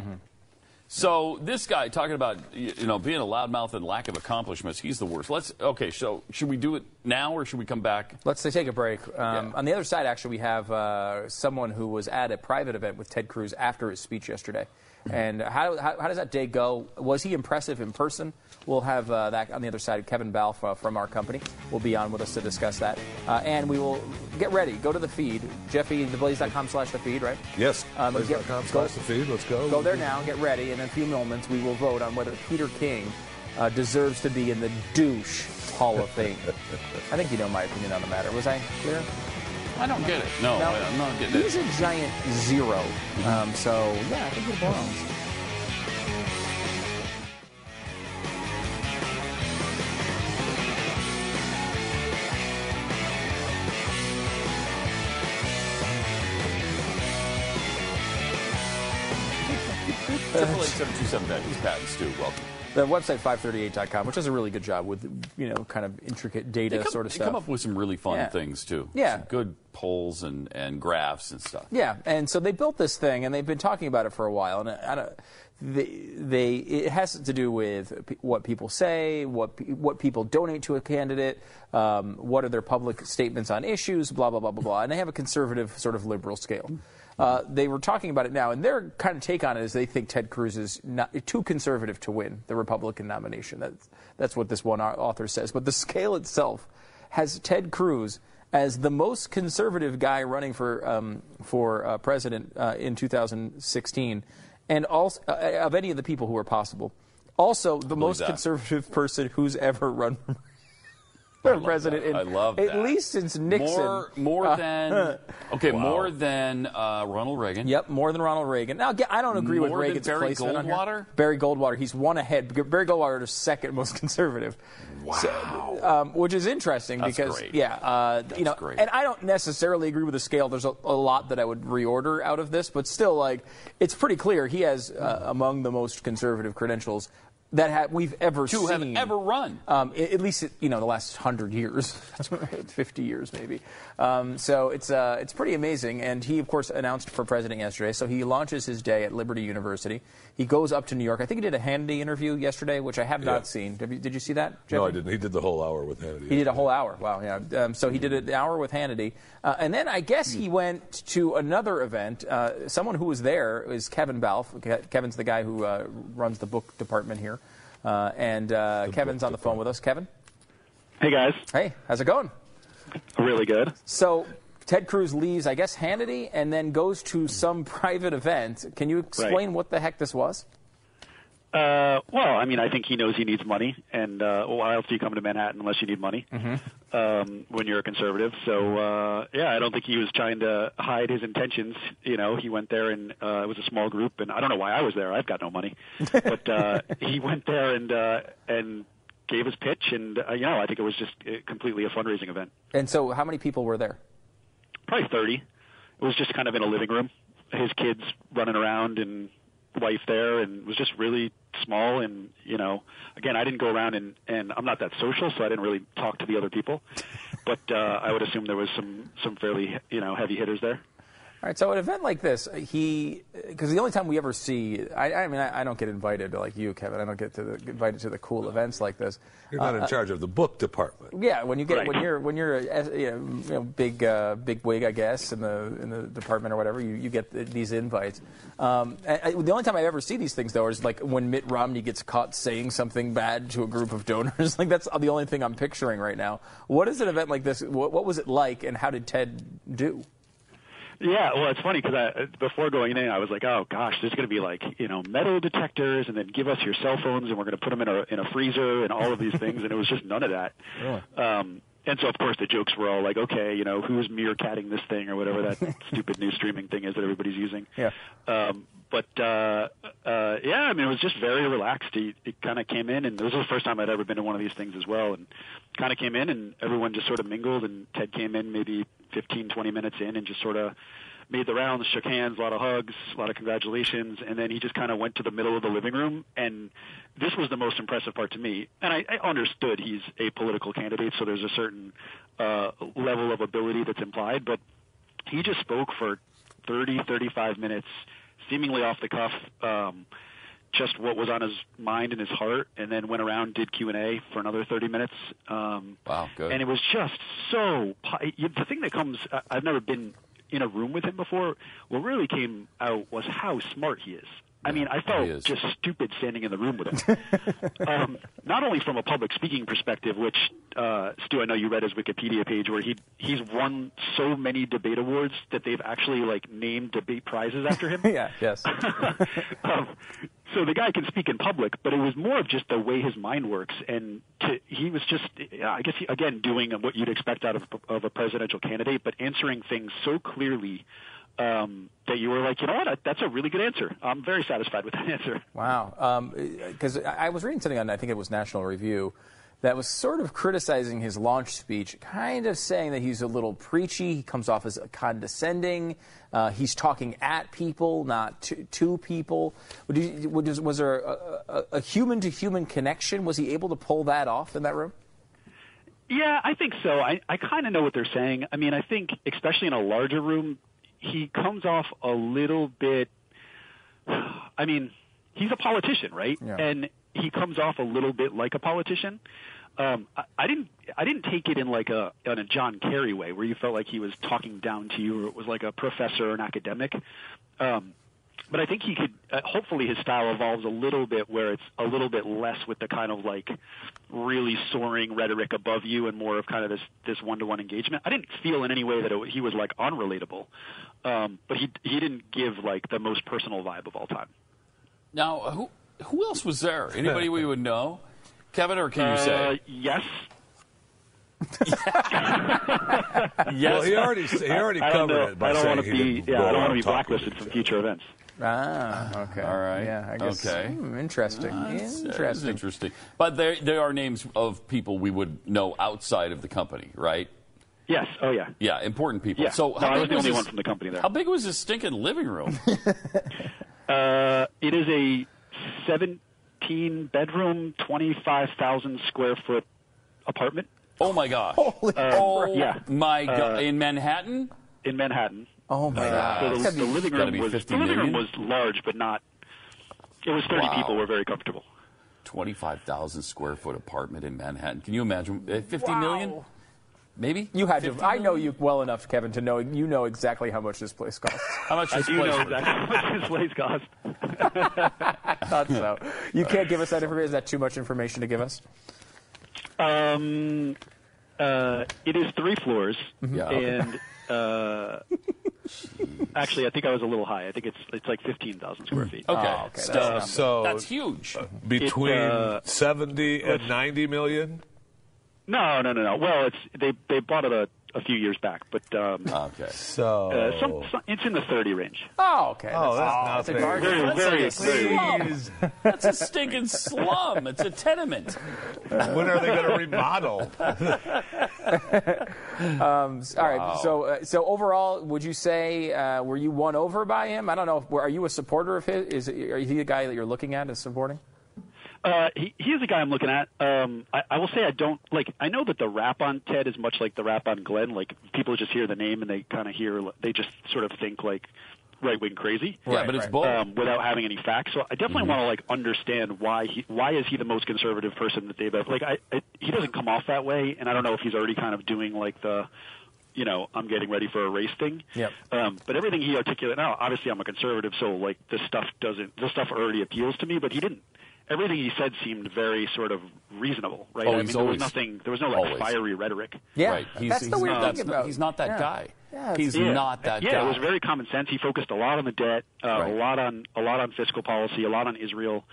E: So this guy talking about y- you know being a loudmouth and lack of accomplishments, he's the worst. Let's okay. So should we do it now or should we come back?
D: Let's take a break. Um, On the other side, actually, we have uh, someone who was at a private event with Ted Cruz after his speech yesterday.
F: Mm-hmm.
D: And how, how, how does that day go? Was he impressive in person? We'll have uh, that on the other side. Kevin Balfa from our company will be on with us to discuss that. Uh, and we will get ready. Go to the feed, jeffytheblaze.com slash the feed, right?
F: Yes.
D: Um,
F: Blaze
D: get-
F: dot com
D: go-
F: slash the feed. Let's go.
D: Go there now, get ready, and in a few moments we will vote on whether Peter King uh, deserves to be in the douche Hall of Fame. I think you know my opinion on the matter. Was I clear?
E: I don't get it. No,
D: No.
E: I'm not getting
D: He's
E: it. Mm-hmm.
D: a giant zero. Um, so yeah, I think it belongs.
E: Triple eight seven two seven. He's Pat and Stu. Welcome.
D: The website 538.com, which does a really good job with, you know, kind of intricate data
E: They come-
D: sort of
E: they
D: stuff.
E: come up with some really fun
D: Yeah.
E: things too.
D: Yeah.
E: Some good polls and, and graphs and stuff.
D: Yeah, and so they built this thing, and they've been talking about it for a while. And I don't, they, they it has to do with p- what people say, what pe- what people donate to a candidate, um, what are their public statements on issues, blah blah blah blah blah. And they have a conservative sort of liberal scale. Uh, they were talking about it now, and their kind of take on it is they think Ted Cruz is not, too conservative to win the Republican nomination. That's that's what this one au- author says. But the scale itself has Ted Cruz as the most conservative guy running for um, for uh, president uh, in 2016, and also uh, of any of the people who are possible. Also, the most
E: that.
D: conservative person who's ever run for president. in,
E: I love
D: at
E: that.
D: least since Nixon.
E: More, more
D: Uh,
E: than okay, more than uh, Ronald Reagan.
D: Yep, more than Ronald Reagan. Now, again, I don't agree with
E: More than
D: Reagan's
E: Barry
D: placement on here.
E: Goldwater?
D: Barry Goldwater, he's one ahead. Barry Goldwater is second most conservative. Wow. um, which is interesting
E: That's
D: because,
E: great.
D: yeah, uh, you know,
E: great.
D: and I don't necessarily agree with the scale. There's a, a lot that I would reorder out of this, but still, like, it's pretty clear he has uh, among the most conservative credentials that ha- we've ever
E: To have
D: seen
E: ever run.
D: um, a- at least you know the last hundred years, fifty years maybe. Um, so it's uh, it's pretty amazing. And he of course announced for president yesterday. So he launches his day at Liberty University. He goes up to New York. I think he did a Hannity interview yesterday, which I have
F: Yeah.
D: not seen. Did you, did you see that?
F: No, I
D: Jeffrey?
F: didn't. He did the whole hour with Hannity.
D: He did a whole hour. Wow, yeah. Um, so he did an hour with Hannity, uh, and then I guess he went to another event. Uh, someone who was there is Kevin Balf. Ke- Kevin's the guy who uh, runs the book department here, uh, and uh, Kevin's on the phone with us. Kevin.
P: Hey guys.
D: Hey, how's it going?
P: Really good.
D: So Ted Cruz leaves, I guess Hannity, and then goes to some private event. Can you explain what the heck this was?
P: Uh, well, I mean, I think he knows he needs money, and uh, why else do you come to Manhattan unless you need money um, when you're a conservative? So, uh, yeah, I don't think he was trying to hide his intentions. You know, he went there, and uh, it was a small group, and I don't know why I was there. I've got no money, but uh, he went there and uh, and gave his pitch, and uh, you know, I think it was just uh, completely a fundraising event.
D: And so, how many people were there?
P: probably 30. It was just kind of in a living room. His kids running around and wife there, and it was just really small. And you know, again, I didn't go around and and I'm not that social, so I didn't really talk to the other people. But uh, I would assume there was some some fairly you know heavy hitters there.
D: All right, so an event like this, he, because the only time we ever see, I, I mean, I, I don't get invited like you, Kevin. I don't get to the, get invited to the cool events like this.
F: You're not in
D: Uh,
F: charge of the book department.
D: Yeah, when you get
F: Right.
D: when you're when you're a you know, you know, big uh, big wig, I guess, in the in the department or whatever, you, you get th these invites. Um, and I, the only time I ever see these things though is like when Mitt Romney gets caught saying something bad to a group of donors. like that's the only thing I'm picturing right now. What is an event like this? What, what was it like, and how did Ted do?
P: Yeah, well, it's funny because I, before going in, I was like, "Oh gosh, there's going to be like you know metal detectors, and then give us your cell phones, and we're going to put them in a in a freezer, and all of these things." And it was just none of that. Um, and so, of course, the jokes were all like, okay, you know, who's meerkatting this thing or whatever that stupid new streaming thing is that everybody's using.
D: Yeah.
P: Um, but uh, uh, yeah, I mean, it was just very relaxed. He, he kind of came in, and this was the first time I'd ever been to one of these things as well. And kind of came in, and everyone just sort of mingled. And Ted came in maybe 15, 20 minutes in, and just sort of made the rounds, shook hands, a lot of hugs, a lot of congratulations, and then he just kind of went to the middle of the living room. And this was the most impressive part to me. And I, I understood he's a political candidate, so there's a certain uh, level of ability that's implied, but he just spoke for 30, 35 minutes, seemingly off the cuff, um, just what was on his mind and his heart, and then went around did Q and A for another 30 minutes. Um,
E: Wow, good.
P: and it was just so. po- you- The thing that comes, I- I've never been in a room with him before. What really came out was how smart he is. I mean, I felt just stupid standing in the room with him. um, not only from a public speaking perspective, which uh, Stu, I know you read his Wikipedia page, where he he's won so many debate awards that they've actually like named debate prizes after him.
D: yeah. Yes.
P: um, so the guy can speak in public, but it was more of just the way his mind works, and to, he was just, I guess, he, again, doing what you'd expect out of, of a presidential candidate, but answering things so clearly um, that you were like, you know what, that's a really good answer. I'm very satisfied with that answer.
D: Um, Wow. Because I I was reading something on, I think it was National Review, that was sort of criticizing his launch speech, kind of saying that he's a little preachy. He comes off as condescending. Uh, he's talking at people, not to, to people. Would you- would- Was, there a human to human connection? Was he able to pull that off in that room?
P: Yeah, I think so. I, I kind of know what they're saying. I mean, I think, especially in a larger room, he comes off a little bit. I mean, he's a politician, right?
Q: Yeah.
P: And he comes off a little bit like a politician. Um, I, I didn't. I didn't take it in like a in a John Kerry way, where you felt like he was talking down to you, or it was like a professor or an academic. Um, but I think he could. Uh, hopefully, his style evolves a little bit, where it's a little bit less with the kind of like really soaring rhetoric above you, and more of kind of this this one to one engagement. I didn't feel in any way that it, he was like unrelatable, um, but he he didn't give like the most personal vibe of all time.
E: Now, who who else was there? Anybody we would know? Kevin, or can you
P: Uh,
E: say?
P: yes.
E: Yes.
F: Well, he already he already
P: I don't
F: covered
P: know.
F: it by
P: I don't
F: saying
P: wanna
F: he
P: be.
F: didn't
P: Yeah,
F: go
P: I don't
F: around
P: want to be
F: talking.
P: blacklisted from future events.
D: Ah, okay. All
E: right.
D: Yeah, I guess.
E: Okay.
D: Hmm, interesting.
E: Ah, That's- that is
D: interesting.
E: interesting. But there, there are names of people we would know outside of the company, right?
P: Yes. Oh yeah.
E: Yeah, important people.
P: Yeah.
E: So
P: No,
E: how
P: I was
E: big
P: the only
E: his-
P: one from the company there.
E: How big was his stinking living room?
P: Uh, it is a 17 bedroom, 25,000 square foot apartment. Uh,
E: Oh my gosh. Holy oh
P: yeah.
E: my God.
P: Uh,
E: in Manhattan?
P: In Manhattan. Uh,
D: Oh my
P: So the, the living room was the living room was large, but not. It was 30
E: Wow.
P: people. Were very comfortable.
E: 25,000 square foot apartment in Manhattan. Can you imagine? Uh, 50
D: Wow.
E: million? Maybe?
D: You had to. I know you well enough, Kevin, to know you know exactly how much this place costs.
E: How much
P: I
E: this
P: do
E: place
P: know
E: was?
P: exactly how much this place cost.
D: I thought so. You can't give us that information. Is that too much information to give us?
P: Um, uh, it is three floors,
F: Mm-hmm.
E: Yeah.
P: and uh, actually, I think I was a little high. I think it's it's like 15,000 square feet.
E: Oh, Okay.
F: Uh, so
E: huge.
F: Between
P: It, uh,
F: 70 and
P: let's-
F: 90 million?
P: No, no, no, no. Well, it's they they bought it a, a few years back, but um,
E: okay.
F: So
P: uh, some, some, it's in the 30 range.
D: Oh, okay.
F: Oh, that's
D: oh,
F: not
D: that's a
F: big.
D: bargain.
P: Very,
E: That's
P: very,
E: like a
P: very.
E: slum. That's a stinking slum. It's a tenement.
F: when are they going to remodel?
D: Um, s- All right. So, uh, so overall, would you say uh, were you won over by him? I don't know. If, are you a supporter of his? Is are he the guy that you're looking at as supporting?
P: Uh, he, he is a guy I'm looking at. Um, I, I will say I don't like. I know that the rap on Ted is much like the rap on Glenn. Like people just hear the name and they kind of hear. They just sort of think like right wing crazy.
E: Yeah, Right, but it's right. both.
P: um, without having any facts. So I definitely
E: Mhm.
P: want to like understand why he why is he the most conservative person that they've ever like. I, I he doesn't come off that way, and I don't know if he's already kind of doing like the. You know, I'm getting ready for a race thing.
D: Yep.
P: Um, but everything he articulated now, obviously I'm a conservative, so like this stuff doesn't, this stuff already appeals to me. But he didn't. Everything he said seemed very sort of reasonable, right?
E: Oh,
P: I mean,
E: he's
P: there was
E: always-
P: nothing, there was no like
E: always.
P: fiery rhetoric.
D: Yeah,
E: Right. He's,
D: that's the
E: he's
D: weird
E: not,
D: thing
E: that's not-
D: about-
E: He's not that
D: yeah.
E: guy.
D: Yeah,
E: he's
P: Yeah.
E: not that
P: yeah,
E: guy.
P: it was very common sense. He focused a lot on the debt, uh,
E: Right.
P: a lot on a lot on fiscal policy, a lot on Israel.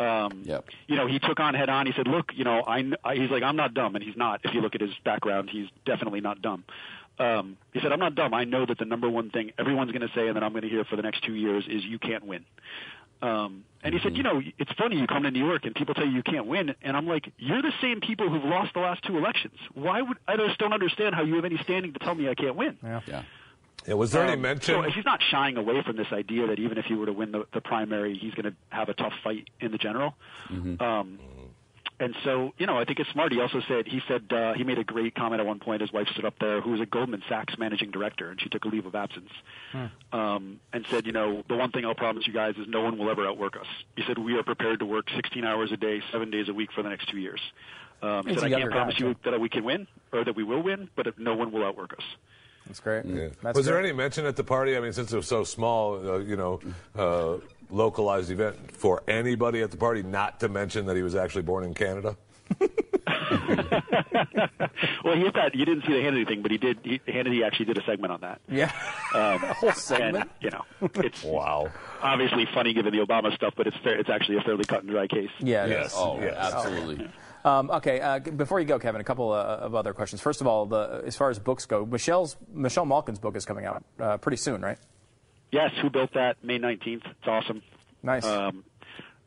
P: Um,
E: Yep.
P: You know, he took on head on. He said, "Look, you know, I, kn- I he's like I'm not dumb, and he's not. If you look at his background, he's definitely not dumb." Um, he said, "I'm not dumb. I know that the number one thing everyone's going to say, and that I'm going to hear for the next two years is you can't win." Um, and he
E: Mm-hmm.
P: said, "You know, it's funny. You come to New York and people tell you you can't win, and I'm like, you're the same people who've lost the last two elections. Why would I just don't understand how you have any standing to tell me I can't win?"
E: Yeah.
F: Yeah, was there any
P: Um, So
F: mention?
P: he's not shying away from this idea that even if he were to win the, the primary, he's going to have a tough fight in the general.
D: Uh,
P: Um, and so, you know, I think it's smart. He also said he said uh, he made a great comment at one point. His wife stood up there, who was a Goldman Sachs managing director, and she took a leave of absence, um, and said, you know, the one thing I'll promise you guys is no one will ever outwork us. He said we are prepared to work 16 hours a day, seven days a week for the next two years. Um, he
D: He's
P: said,
D: a
P: I can't
D: younger guy,
P: promise you
D: too.
P: that we can win or that we will win, but no one will outwork us.
D: That's great.
F: Yeah.
D: That's
F: was there
D: great.
F: any mention at the party? I mean, since it was so small, uh, you know, uh, localized event for anybody at the party not to mention that he was actually born in Canada?
P: Well, he had that. You didn't see the Hannity thing, but he did. He, Hannity actually did a segment on that.
D: Yeah.
P: Um,
D: whole segment?
P: And, you know, it's
F: wow.
P: Obviously funny given the Obama stuff, but it's fair, it's actually a fairly cut and dry case.
D: Yeah. it is.
E: Oh,
F: Yes.
E: absolutely.
D: Um, okay, uh, g- before you go, Kevin, a couple uh, of other questions. First of all, the, as far as books go, Michelle's Michelle Malkin's book is coming out uh, pretty soon, right?
P: Yes, who built that? May nineteenth. It's awesome.
D: Nice.
P: Um,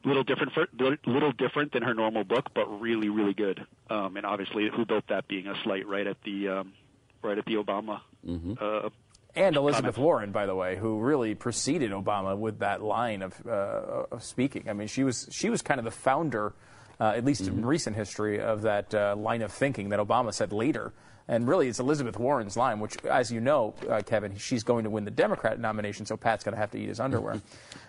P: little different, for, little different than her normal book, but really, really good. Um, and obviously, who built that being a slight right at the um, right at the Obama.
D: Mm-hmm.
P: Uh,
D: And Elizabeth Warren, by the way, who really preceded Obama with that line of, uh, of speaking. I mean, she was she was kind of the founder, uh, at least in recent history, of that uh, line of thinking that Obama said later. And really, it's Elizabeth Warren's line, which, as you know, uh, Kevin, she's going to win the Democrat nomination, so Pat's going to have to eat his underwear,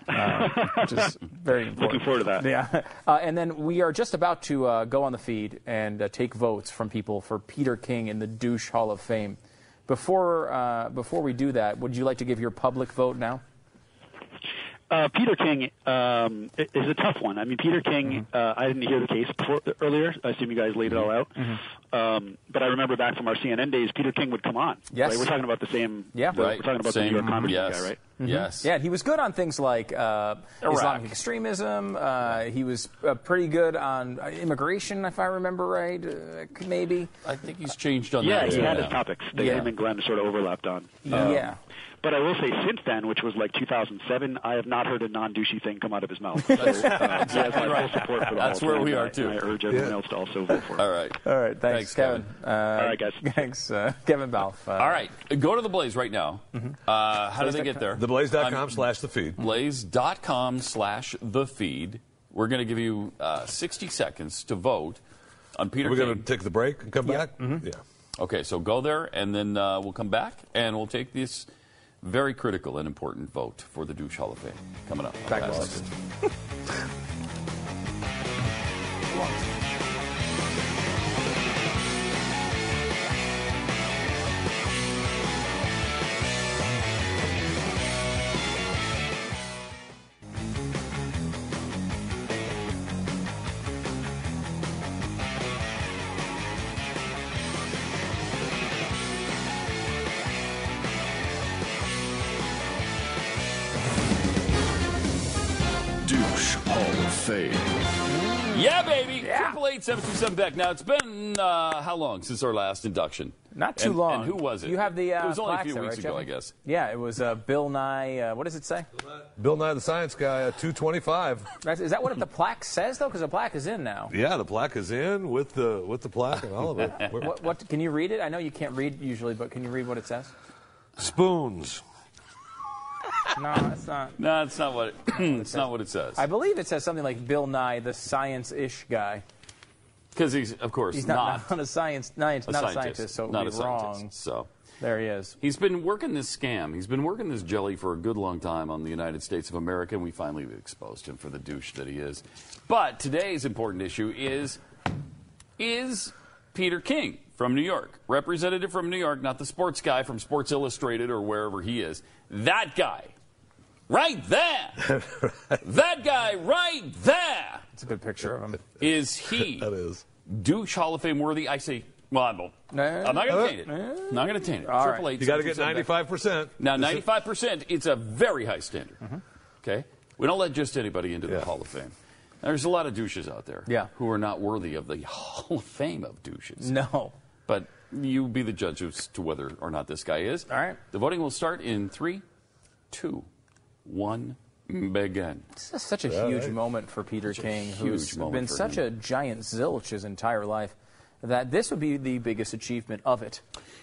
D: uh, which is very important.
P: Looking forward to that.
D: Yeah. Uh, and then we are just about to uh, go on the feed and uh, take votes from people for Peter King in the Douche Hall of Fame. Before, uh, before we do that, would you like to give your public vote now?
P: Uh, Peter King um, i- is a tough one. I mean, Peter King.
E: Mm-hmm.
P: Uh, I didn't hear the case before, earlier. I assume you guys laid it all out.
D: mm-hmm.
P: Um, but I remember back from our CNN days, Peter King would come on.
D: Yes.
P: right? we're talking about the same.
D: Yeah.
P: the-
D: Right.
P: We're talking about
D: Same,
P: the New York Comedy Club
D: yes.
P: guy, right?
D: Mhm. Yeah, and he was good on things like uh,
P: Iraq.
D: Islamic extremism. Uh, he was uh, pretty good on uh, immigration, if I remember right, uh, maybe.
E: I think he's changed on
P: yeah,
E: that.
P: he
E: too
P: had
E: now.
P: his topics that
E: Yeah.
P: him and Glenn sort of overlapped on. Um,
D: Yeah.
P: But I will say, since then, which was like 2007, I have not heard a non-douchey thing come out of his mouth. So, uh, he has my full support for the
E: That's
P: Hall of
E: where
P: Fame,
E: we
P: and
E: are,
P: I-
E: too.
P: and I urge everyone
E: Yeah.
P: else to also vote for him.
E: All right.
D: All right. Thanks, Kevin. Uh,
E: All right, guys.
D: Thanks, uh, Kevin Balf. Uh,
E: All right, go to the Blaze right now.
F: Mm-hmm.
E: Uh, how do they get there?
F: Theblaze.com
E: I'm-
F: slash the feed.
E: Blaze.com slash the feed. We're going to give you uh, 60 seconds to vote on Peter
F: We're
E: King.
F: going to take the break and come back. Yeah.
E: Okay, so go there, and then uh, we'll come back, and we'll take this very critical and important vote for the Douche Hall of Fame coming up.
D: Back
E: Fast.
D: logs.
A: Douche Hall of Fame.
E: Yeah, baby. Triple eight seven two seven back. Now it's been uh, how long since our last induction?
D: Not too
E: And-
D: long.
E: And who was it?
D: You have the. Uh,
E: it was only a
D: plaques
E: few
D: there,
E: weeks
D: right,
E: ago,
D: Kevin?
E: I guess.
D: Yeah, it was uh, Bill Nye. Uh, what does it say?
F: Bill Nye the Science Guy at 225.
D: That's- Is that what the plaque says though? Because the plaque is in now.
F: Yeah, the plaque is in with the with the plaque and all of it. We're-
D: What, what can you read it? I know you can't read usually, but can you read what it says?
F: Spoons.
D: No, it's not.
E: No, it's not what it, it's not what it says.
D: I believe it says something like Bill Nye, the science-ish guy.
E: Because he's of course
D: He's not, not, a science, not,
E: a
D: not a
E: scientist,
D: scientist, so it would
E: not
D: be
E: a scientist.
D: wrong.
E: So
D: there he is.
E: He's been working this scam. He's been working this jelly for a good long time on the United States of America, and we finally exposed him for the douche that he is. But today's important issue is is Peter King from New York, representative from New York, not the sports guy from Sports Illustrated or wherever he is. That guy, right there. That guy, right there
D: It's a good picture of him.
E: is he that is douche Hall of Fame worthy? I say, well, I'm, I'm not going to taint it. I'm not going to taint it.
F: All right.
E: Triple eight.
F: You gotta get
E: 75.
F: 95%.
E: Now,
F: Is it- Mm-hmm.
E: ninety-five percent. It's a very high standard. Okay, we don't let just anybody into the Hall of Fame. There's a lot of douches out there.
D: Yeah.
E: who are not worthy of the Hall of Fame of douches.
D: No.
E: but you be the judge as to whether or not this guy is. All right. The voting will start in three, two, one. Begin.
D: This is such a huge moment for Peter
E: Such a
D: King,
E: huge
D: who's
E: moment
D: been
E: for
D: such
E: him.
D: a giant zilch his entire life, that this would be the biggest achievement of it.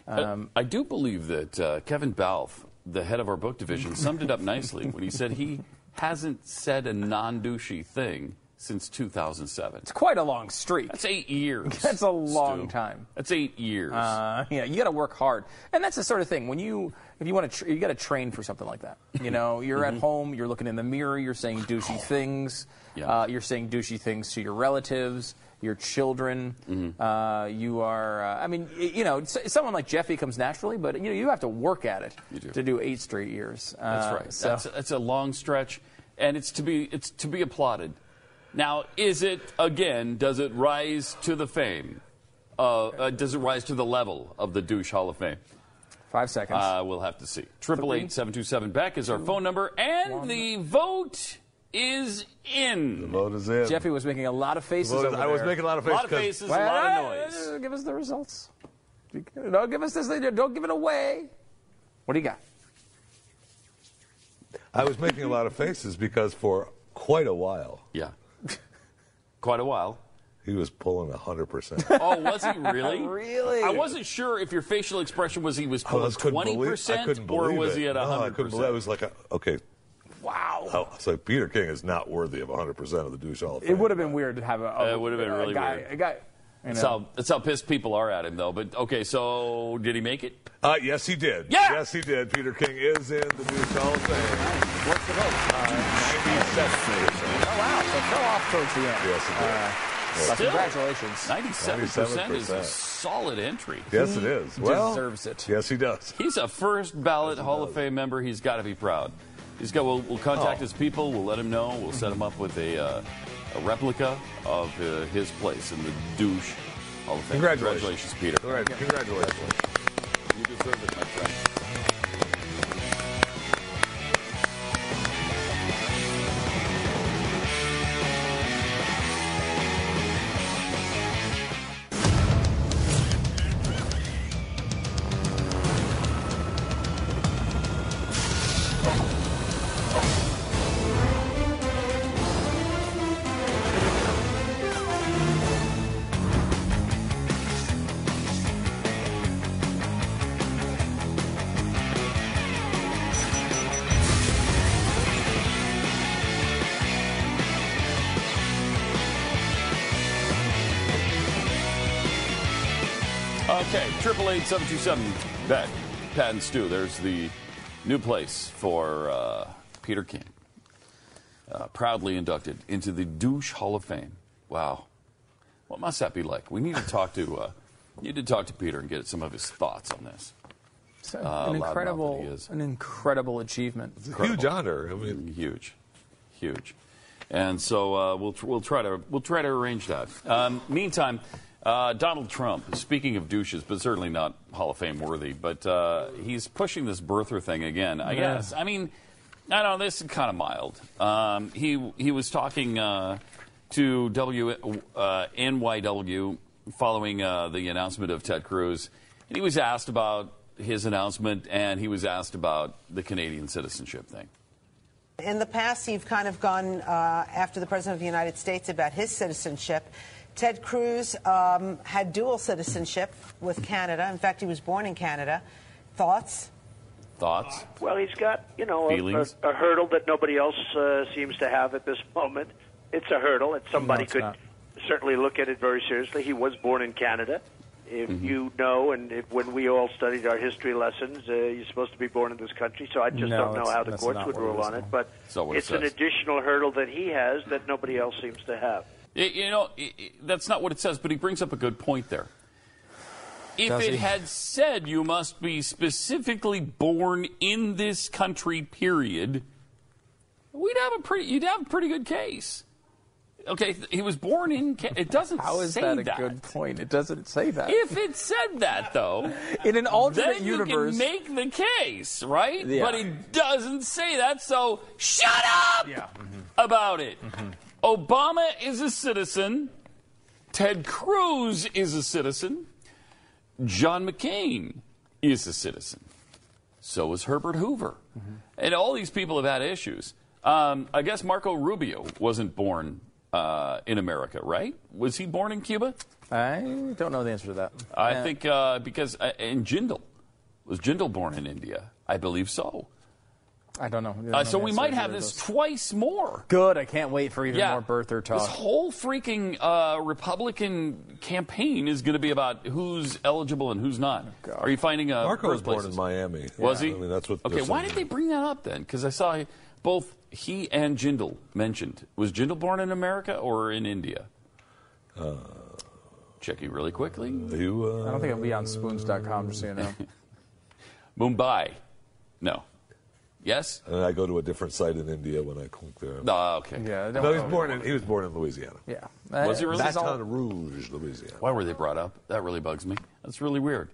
D: Um,
E: Uh, I do believe that uh, Kevin Balfe, the head of our book division, summed it up nicely when he said he hasn't said a non douchey thing since 2007. It's
D: quite a long streak.
E: That's eight years.
D: That's a long
E: Stu.
D: time.
E: That's eight years.
D: Uh, yeah, you got to work hard, and that's the sort of thing when you if you want to tr- you got to train for something like that. You know, you're
E: Mm-hmm.
D: at home, you're looking in the mirror, you're saying douchey things, uh, you're saying douchey things to your relatives, your children.
E: Mm-hmm.
D: Uh, you are, uh, I mean, y- you know, s- someone like Jeffy comes naturally, but you know, you have to work at it to do eight straight years.
E: That's
D: Uh,
E: right.
D: So
E: That's, that's a long stretch, and it's to be it's to be applauded. Now, is it again? Does it rise to the fame? Uh, uh, does it rise to the level of the douche Hall of Fame?
D: Five seconds.
E: Uh, we'll have to see. Triple eight seven two seven Beck is our phone number, and the vote is in. The
F: vote is in.
D: Jeffy was making a lot of faces.
F: Well,
D: over
F: I was
D: there.
F: making a lot of
E: A
F: faces.
E: lot of
F: 'cause-
E: faces, a lot of noise.
D: Uh, Give us the results. Don't give us this. Don't give it away. What do you got?
F: I was making a lot of faces because for quite a while.
E: Yeah. Quite a while.
F: He was pulling 100%.
E: Oh, was he really?
D: Really?
E: I wasn't sure if your facial expression was he was
F: Oh, I
E: pulling
F: was- couldn't
E: twenty
F: believe- I
E: percent
F: couldn't
E: or
F: believe
E: was
F: it.
E: he at
F: No, I
E: hundred
F: couldn't believe it. I was
E: percent?
F: like, okay. Wow. so Peter King is not worthy of 100% of the douche hall of
D: It
F: fame.
D: would have been weird to have a, a,
E: It would have been
D: a
E: really uh,
D: guy,
E: weird.
D: A guy, you
E: That's
D: know.
E: how that's how pissed people are at him though. But okay, so did he make it?
F: Uh, yes, he did.
E: Yeah!
F: Yes, he did. Peter King is in the douche hall of fame. Uh,
E: What's the vote?
D: Oh, wow. So it fell off towards the end.
F: Yes, it did.
D: Uh, well,
E: Still,
D: congratulations.
E: Ninety-seven percent is a
F: 97%.
E: solid entry.
F: Yes,
E: He
F: it is.
E: deserves
F: Well,
E: it.
F: Yes, he does.
E: He's a first ballot Hall of Fame member. He's got to be proud. He's got. We'll, we'll contact
F: Oh.
E: his people. We'll let him know. We'll set him up with a, uh, a replica of uh, his place in the douche Hall of Fame.
F: Congratulations.
E: Peter.
F: All right, congratulations.
E: You deserve it, my friend. Okay, triple eight seven two seven. Bet Pat and Stu. There's the new place for uh, Peter King, uh, proudly inducted into the Douche Hall of Fame. Wow, what must that be like? We need to talk to uh, need to talk to Peter and get some of his thoughts on this.
D: It's
E: Uh, loudmouth
D: an
E: that he
D: incredible,
E: is.
D: an incredible achievement.
F: Huge honor. I mean,
E: huge, huge. And so uh, we'll tr- we'll try to we'll try to arrange that. Um, meantime, uh, Donald Trump, speaking of douches, but certainly not Hall of Fame worthy, but uh, he's pushing this birther thing again. I
I: Yeah.
E: guess. I mean, I don't know. This is kind of mild. Um, he he was talking uh, to W uh, NYW following uh, the announcement of Ted Cruz, and he was asked about his announcement, and he was asked about the Canadian citizenship thing.
Q: In the past, you've kind of gone uh, after the President of the United States about his citizenship. Ted Cruz um, had dual citizenship with Canada. In fact, he was born in Canada. Thoughts?
E: Thoughts?
P: Well, he's got you know a,
E: Feelings?
P: a, a hurdle that nobody else uh, seems to have at this moment. It's a hurdle. It's somebody
D: it's
P: could
D: not.
P: certainly look at it very seriously. He was born in Canada. If
E: Mm-hmm.
P: you know, and if, when we all studied our history lessons, uh, you're supposed to be born in this country. So I just
D: No,
P: don't know
D: it's-
P: how the
D: that's
P: courts
D: not
P: would
D: what it
P: rule
D: is,
P: on it,
D: no.
P: but
E: That's not what it
P: it's an
E: says.
P: additional hurdle that he has that nobody else seems to have.
E: Y- You know, i- i- that's not what it says, but he brings up a good point there. If
P: Does
E: it
P: he?
E: had said you must be specifically born in this country, period, we'd have a pretty, you'd have a pretty good case. Okay, th- he was born in. Ca- It doesn't
D: How is
E: say
D: that a good point? It doesn't say that.
E: If it said that, though,
D: In an alternate
E: then
D: universe-
E: you can make the case, right?
D: Yeah.
E: But it doesn't say that, so shut up
D: Mm-hmm.
E: about it. Obama is a citizen. Ted Cruz is a citizen. John McCain is a citizen. So is Herbert Hoover. And all these people have had issues. Um, I guess Marco Rubio wasn't born uh, in America, right? Was he born in Cuba?
D: I don't know the answer to that.
E: I
D: Yeah.
E: think uh, because uh, and Jindal was Jindal born in India? I believe so.
D: I don't know.
E: Uh, so we might have this twice more.
D: Good. I can't wait for even
E: Yeah.
D: more birther talk.
E: This whole freaking uh, Republican campaign is going to be about who's eligible and who's
D: Oh,
E: not. Are you finding a
F: Marco was born
E: birthplaces?
F: in Miami.
E: Was
F: Yeah.
E: he?
F: I mean, that's what.
E: Okay,
F: there's
E: why
F: some-
E: did they bring that up then? Because I saw both he and Jindal mentioned. Was Jindal born in America or in India? Uh, Checking really quickly.
F: uh,
D: I don't think it'll be on spoons.com, just so you know.
E: Mumbai. No. Yes.
F: And I go to a different site in India when I click there.
E: Ah, okay. Yeah,
F: No, he was born in he was born in Louisiana.
D: Yeah.
E: Was he really?
F: Baton Rouge, Louisiana.
E: Why were they brought up? That really bugs me. That's really weird.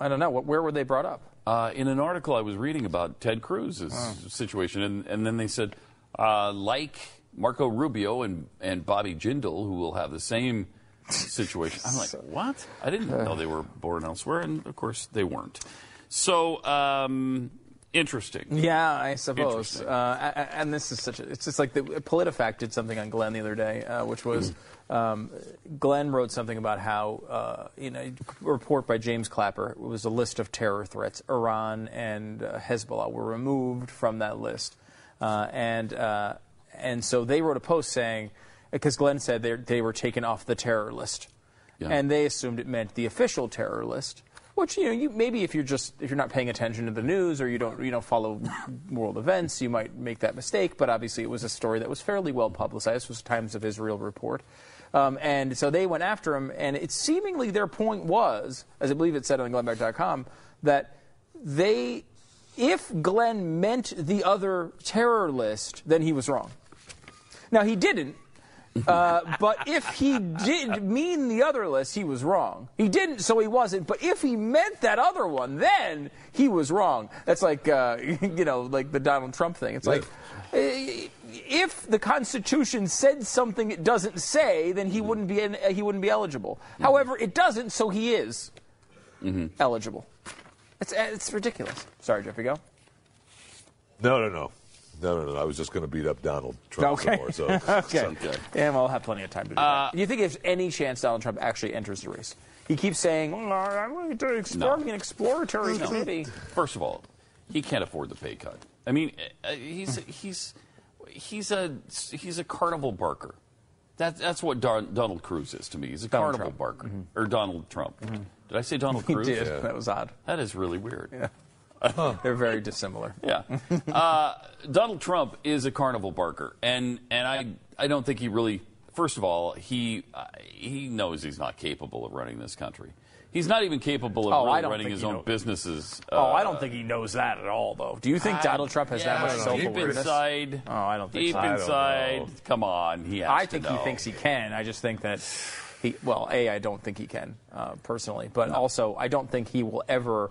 D: I don't know. What, where were they brought up?
E: Uh, in an article I was reading about Ted Cruz's
D: Oh.
E: situation, and, and then they said, uh, like Marco Rubio and, and Bobby Jindal, who will have the same situation. I'm like, what? I didn't know they were born elsewhere, and of course they weren't. So um, Interesting.
D: Yeah, I suppose. Uh, a- a- and this is such a, it's just like the PolitiFact did something on Glenn the other day, uh, which was um, Glenn wrote something about how, uh, in a report by James Clapper, it was a list of terror threats. Iran and uh, Hezbollah were removed from that list. Uh, and, uh, and so they wrote a post saying, because Glenn said they they were taken off the terror list.
E: Yeah.
D: And they assumed it meant the official terror list. Which you know, you maybe if you're just if you're not paying attention to the news or you don't you don't follow world events, you might make that mistake. But obviously, it was a story that was fairly well publicized. It was a Times of Israel report, um, and so they went after him. And it seemingly their point was, as I believe it said on Glenbeck.com, that they, if Glenn meant the other terror list, then he was wrong. Now he didn't. Uh, but if he did mean the other list, he was wrong. He didn't, so he wasn't. But if he meant that other one, then he was wrong. That's like, uh, you know, like the Donald Trump thing. It's like, eh, if the Constitution said something it doesn't say, then he wouldn't be in, uh, he wouldn't be eligible. However, it doesn't, so he is eligible. It's it's ridiculous. Sorry, Jeffrey, go.
F: No, no, no. No, no, no. I was just going to beat up Donald Trump some
D: okay.
F: more. So
D: okay.
F: it's okay.
D: Yeah, well, I'll have plenty of time to do
E: Uh,
D: that. Do you think there's any chance Donald Trump actually enters the race? He keeps saying, well, I'm going to explore an exploratory
E: No.
D: committee.
E: First of all, he can't afford the pay cut. I mean, uh, he's
D: Hmm.
E: he's he's a he's a carnival barker. That, that's what Don, Donald Cruz is to me. He's a
D: Donald
E: carnival
D: Trump. Mm-hmm.
E: barker or Donald Trump. Did I say Donald
D: He
E: Cruz?
D: did. That was odd.
E: That is really weird.
D: They're very dissimilar.
E: Yeah. Uh, Donald Trump is a carnival barker, and and I I don't think he really. First of all, he uh, he knows he's not capable of running this country. He's not even capable of
D: Oh, I
E: really
D: don't
E: running
D: think
E: his
D: he
E: own
D: knows.
E: businesses.
D: oh, I don't think he knows that at all, though. Do you think
E: Uh, I-
D: Donald Trump has
E: yeah,
D: that much
E: I don't know.
D: self
E: Deep
D: awareness?
E: inside.
D: Oh, I don't think
E: deep
D: so. I don't
E: inside.
D: know.
E: Come on, he has
D: I
E: to
D: think
E: know.
D: he thinks he can. I just think that he, well, A, I don't think he can uh, personally, but also I don't think he will ever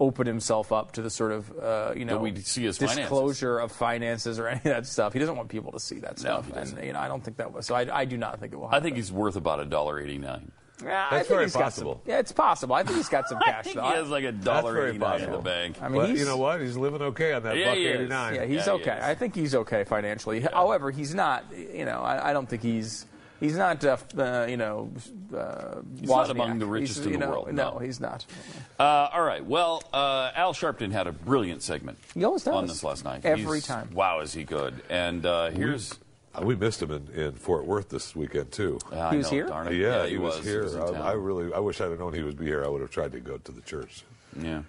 D: open himself up to the sort of, uh, you
E: That
D: know,
E: we see his finances.
D: disclosure of finances or any of that stuff. He doesn't want people to see that stuff.
E: he
D: and, you know, I don't think that was, so I, I do not think it will
E: I
D: happen.
E: think he's worth about a dollar eighty nine.
D: Yeah, I
F: That's
D: think
F: very
D: he's got
F: possible.
D: Some, yeah, it's possible. I think he's got some
E: I
D: cash,
E: think
D: though.
E: he has like a
F: That's
E: dollar
F: very
E: eighty nine in
F: possible.
E: the bank.
D: I mean,
F: but
D: he's-
F: you know what? He's living okay on that
E: Yeah,
F: buck
E: he is.
F: eighty nine.
D: Yeah, he's
E: Yeah, he
D: okay.
E: is.
D: I think he's okay financially. However, he's not. You know, I, I don't think he's. He's not, uh, f- uh, you know, uh,
E: He's not
D: Wozniak.
E: among the richest
D: He's,
E: in
D: you
E: the
D: know,
E: world,
D: No,
E: no.
D: he's not.
E: Uh, all right. Well, uh, Al Sharpton had a brilliant segment
D: He always does.
E: on this last night.
D: Every
E: He's-
D: time. Mm-hmm.
E: Wow, is he good? And uh, here's.
F: Uh, We missed him in, in Fort Worth this weekend too.
E: Ah, I
D: He was
E: know,
D: here?
E: darn
F: yeah,
E: it.
F: he, was, here.
E: in town.
F: I, I really, I wish I'd have known he would be here. I would have tried to go to the church.
E: yeah.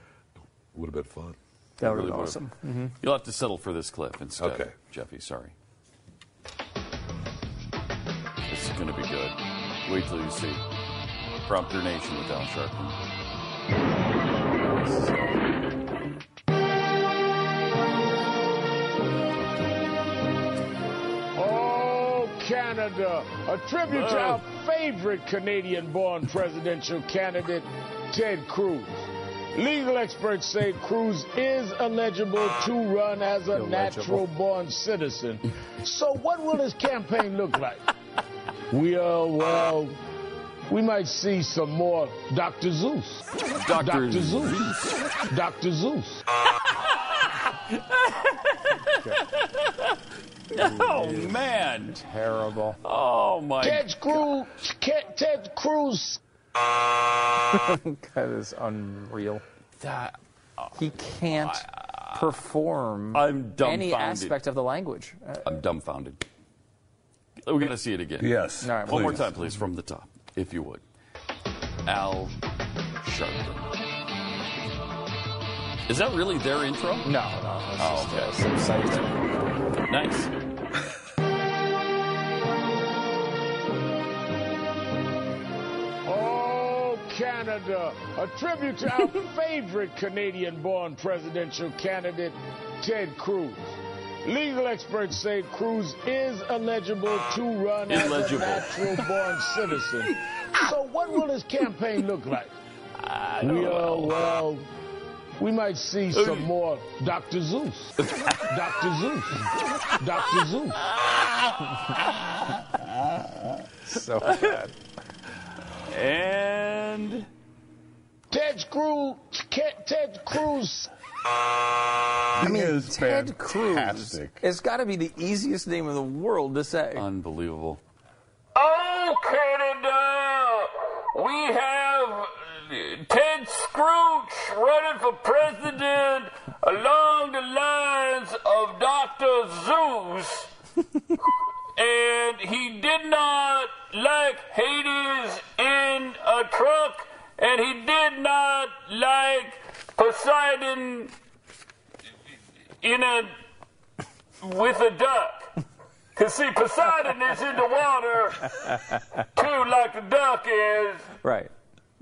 F: Would have been fun.
D: That would be
E: Really would've-
D: awesome. Mm-hmm.
E: You'll have to settle for this clip instead.
F: Okay.
E: Jeffy, sorry. This is going to be good. Wait till you see. Prompter Nation with Al Sharpton.
A: Oh, Canada, a tribute to
E: Whoa.
A: our favorite Canadian born presidential candidate, Ted Cruz. Legal experts say Cruz is eligible to run as a natural born citizen. So, what will his campaign look like? we are, well, we might see some more Dr. Zeus. Dr. Zeus. Dr. Zeus.
E: Oh, man.
D: Terrible.
E: Oh, my.
A: Ted Cruz, Ted Cruz
D: That is unreal.
E: That- uh,
D: He can't perform
E: I'm
D: any
E: dumbfounded.
D: aspect of the language. Uh,
E: I'm dumbfounded. We're going to see it again.
F: Yes.
D: All right,
E: One more
D: please.
E: time, please, from the top, if you would. Al Sharpton. Is that really their intro?
D: no, no. that's
E: Oh,
D: just,
E: okay.
D: uh, some site.
E: Nice.
A: Oh, Canada, a tribute to our favorite Canadian born presidential candidate, Ted Cruz. Legal experts say Cruz is eligible to run
E: Illegible.
A: as a natural born citizen. So, what will his campaign look like? We are, well, we might see some more Dr. Zeus. Dr. Zeus. Dr. Zeus.
D: So bad.
E: And
A: Ted Cruz, Ted Cruz
D: I mean,
R: is
D: Ted Cruz.
R: fantastic.
D: It's got to be the easiest name in the world to say.
E: Unbelievable.
O: Oh, Canada! We have Ted Scrooge running for president along the lines of Dr. Zeus. and he did not like Hades in a truck, and he did not like Poseidon in a with a duck. Cause see, Poseidon is in the water too, like the duck is.
D: Right.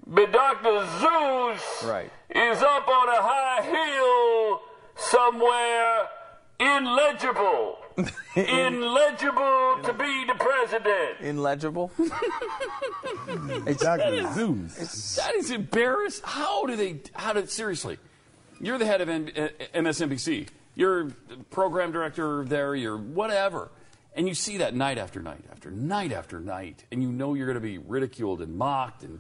O: But Dr. Zeus
D: Right.
O: is up on a high hill somewhere, illegible. illegible to be the president.
D: Illegible.
E: Exactly. That is embarrassed. How do they? How did seriously? You're the head of N- uh, MSNBC. You're the program director there. You're whatever, and you see that night after night after night after night, and you know you're going to be ridiculed and mocked. And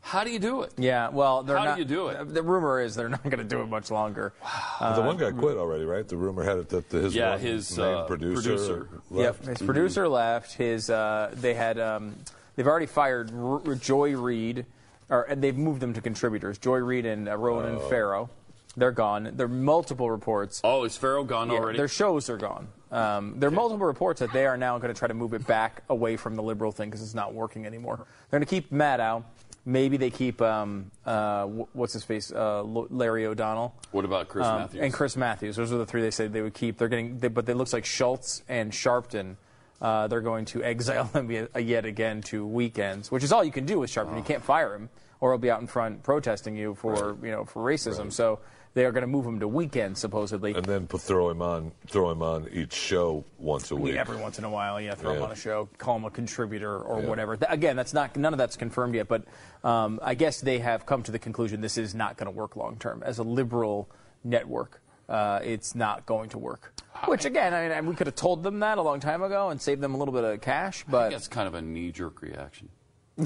E: how do you do it?
D: Yeah, well, they're
E: How do
D: not,
E: you do
D: it? The rumor is they're not going to do it much longer.
F: But
D: Uh,
F: the one guy quit already, right? The rumor had it that the, his
D: yeah,
F: one
D: his
F: main
D: uh,
F: producer,
D: Yep,
F: left. Mm-hmm.
D: his producer left. His uh, they had um, they've already fired R- Joy Reid, or and they've moved them to contributors. Joy Reid and uh, Ronan
E: Oh.
D: Farrow, they're gone. There are multiple reports.
E: Oh, is Farrell gone
D: Yeah,
E: already?
D: Their shows are gone. Um, there are multiple reports that they are now going to try to move it back away from the liberal thing because it's not working anymore. They're going to keep Maddow. Maybe they keep um, uh, wh- what's his face, uh, L- Larry O'Donnell.
E: What about Chris
D: Um,
E: Matthews?
D: and Chris Matthews. Those are the three they said they would keep. They're getting, they, but it looks like Schultz and Sharpton. Uh, they're going to exile him yet- yet again to weekends, which is all you can do with Sharpton.
E: Ah.
D: You can't fire him, or he'll be out in front protesting you for you know for racism. So they are going to move him to weekends supposedly.
F: and then put, throw him on, throw him on each show once a week.
D: Yeah, every once in a while, yeah, throw him
F: Yeah.
D: on a show, call him a contributor or
F: Yeah.
D: whatever. Th- again, that's not none of that's confirmed yet, but um, I guess they have come to the conclusion this is not going to work long term as a liberal network. Uh, it's not going to work. Which again, I mean, and we could have told them that a long time ago and saved them a little bit of cash,
E: I think
D: but
E: that's kind of a knee-jerk reaction.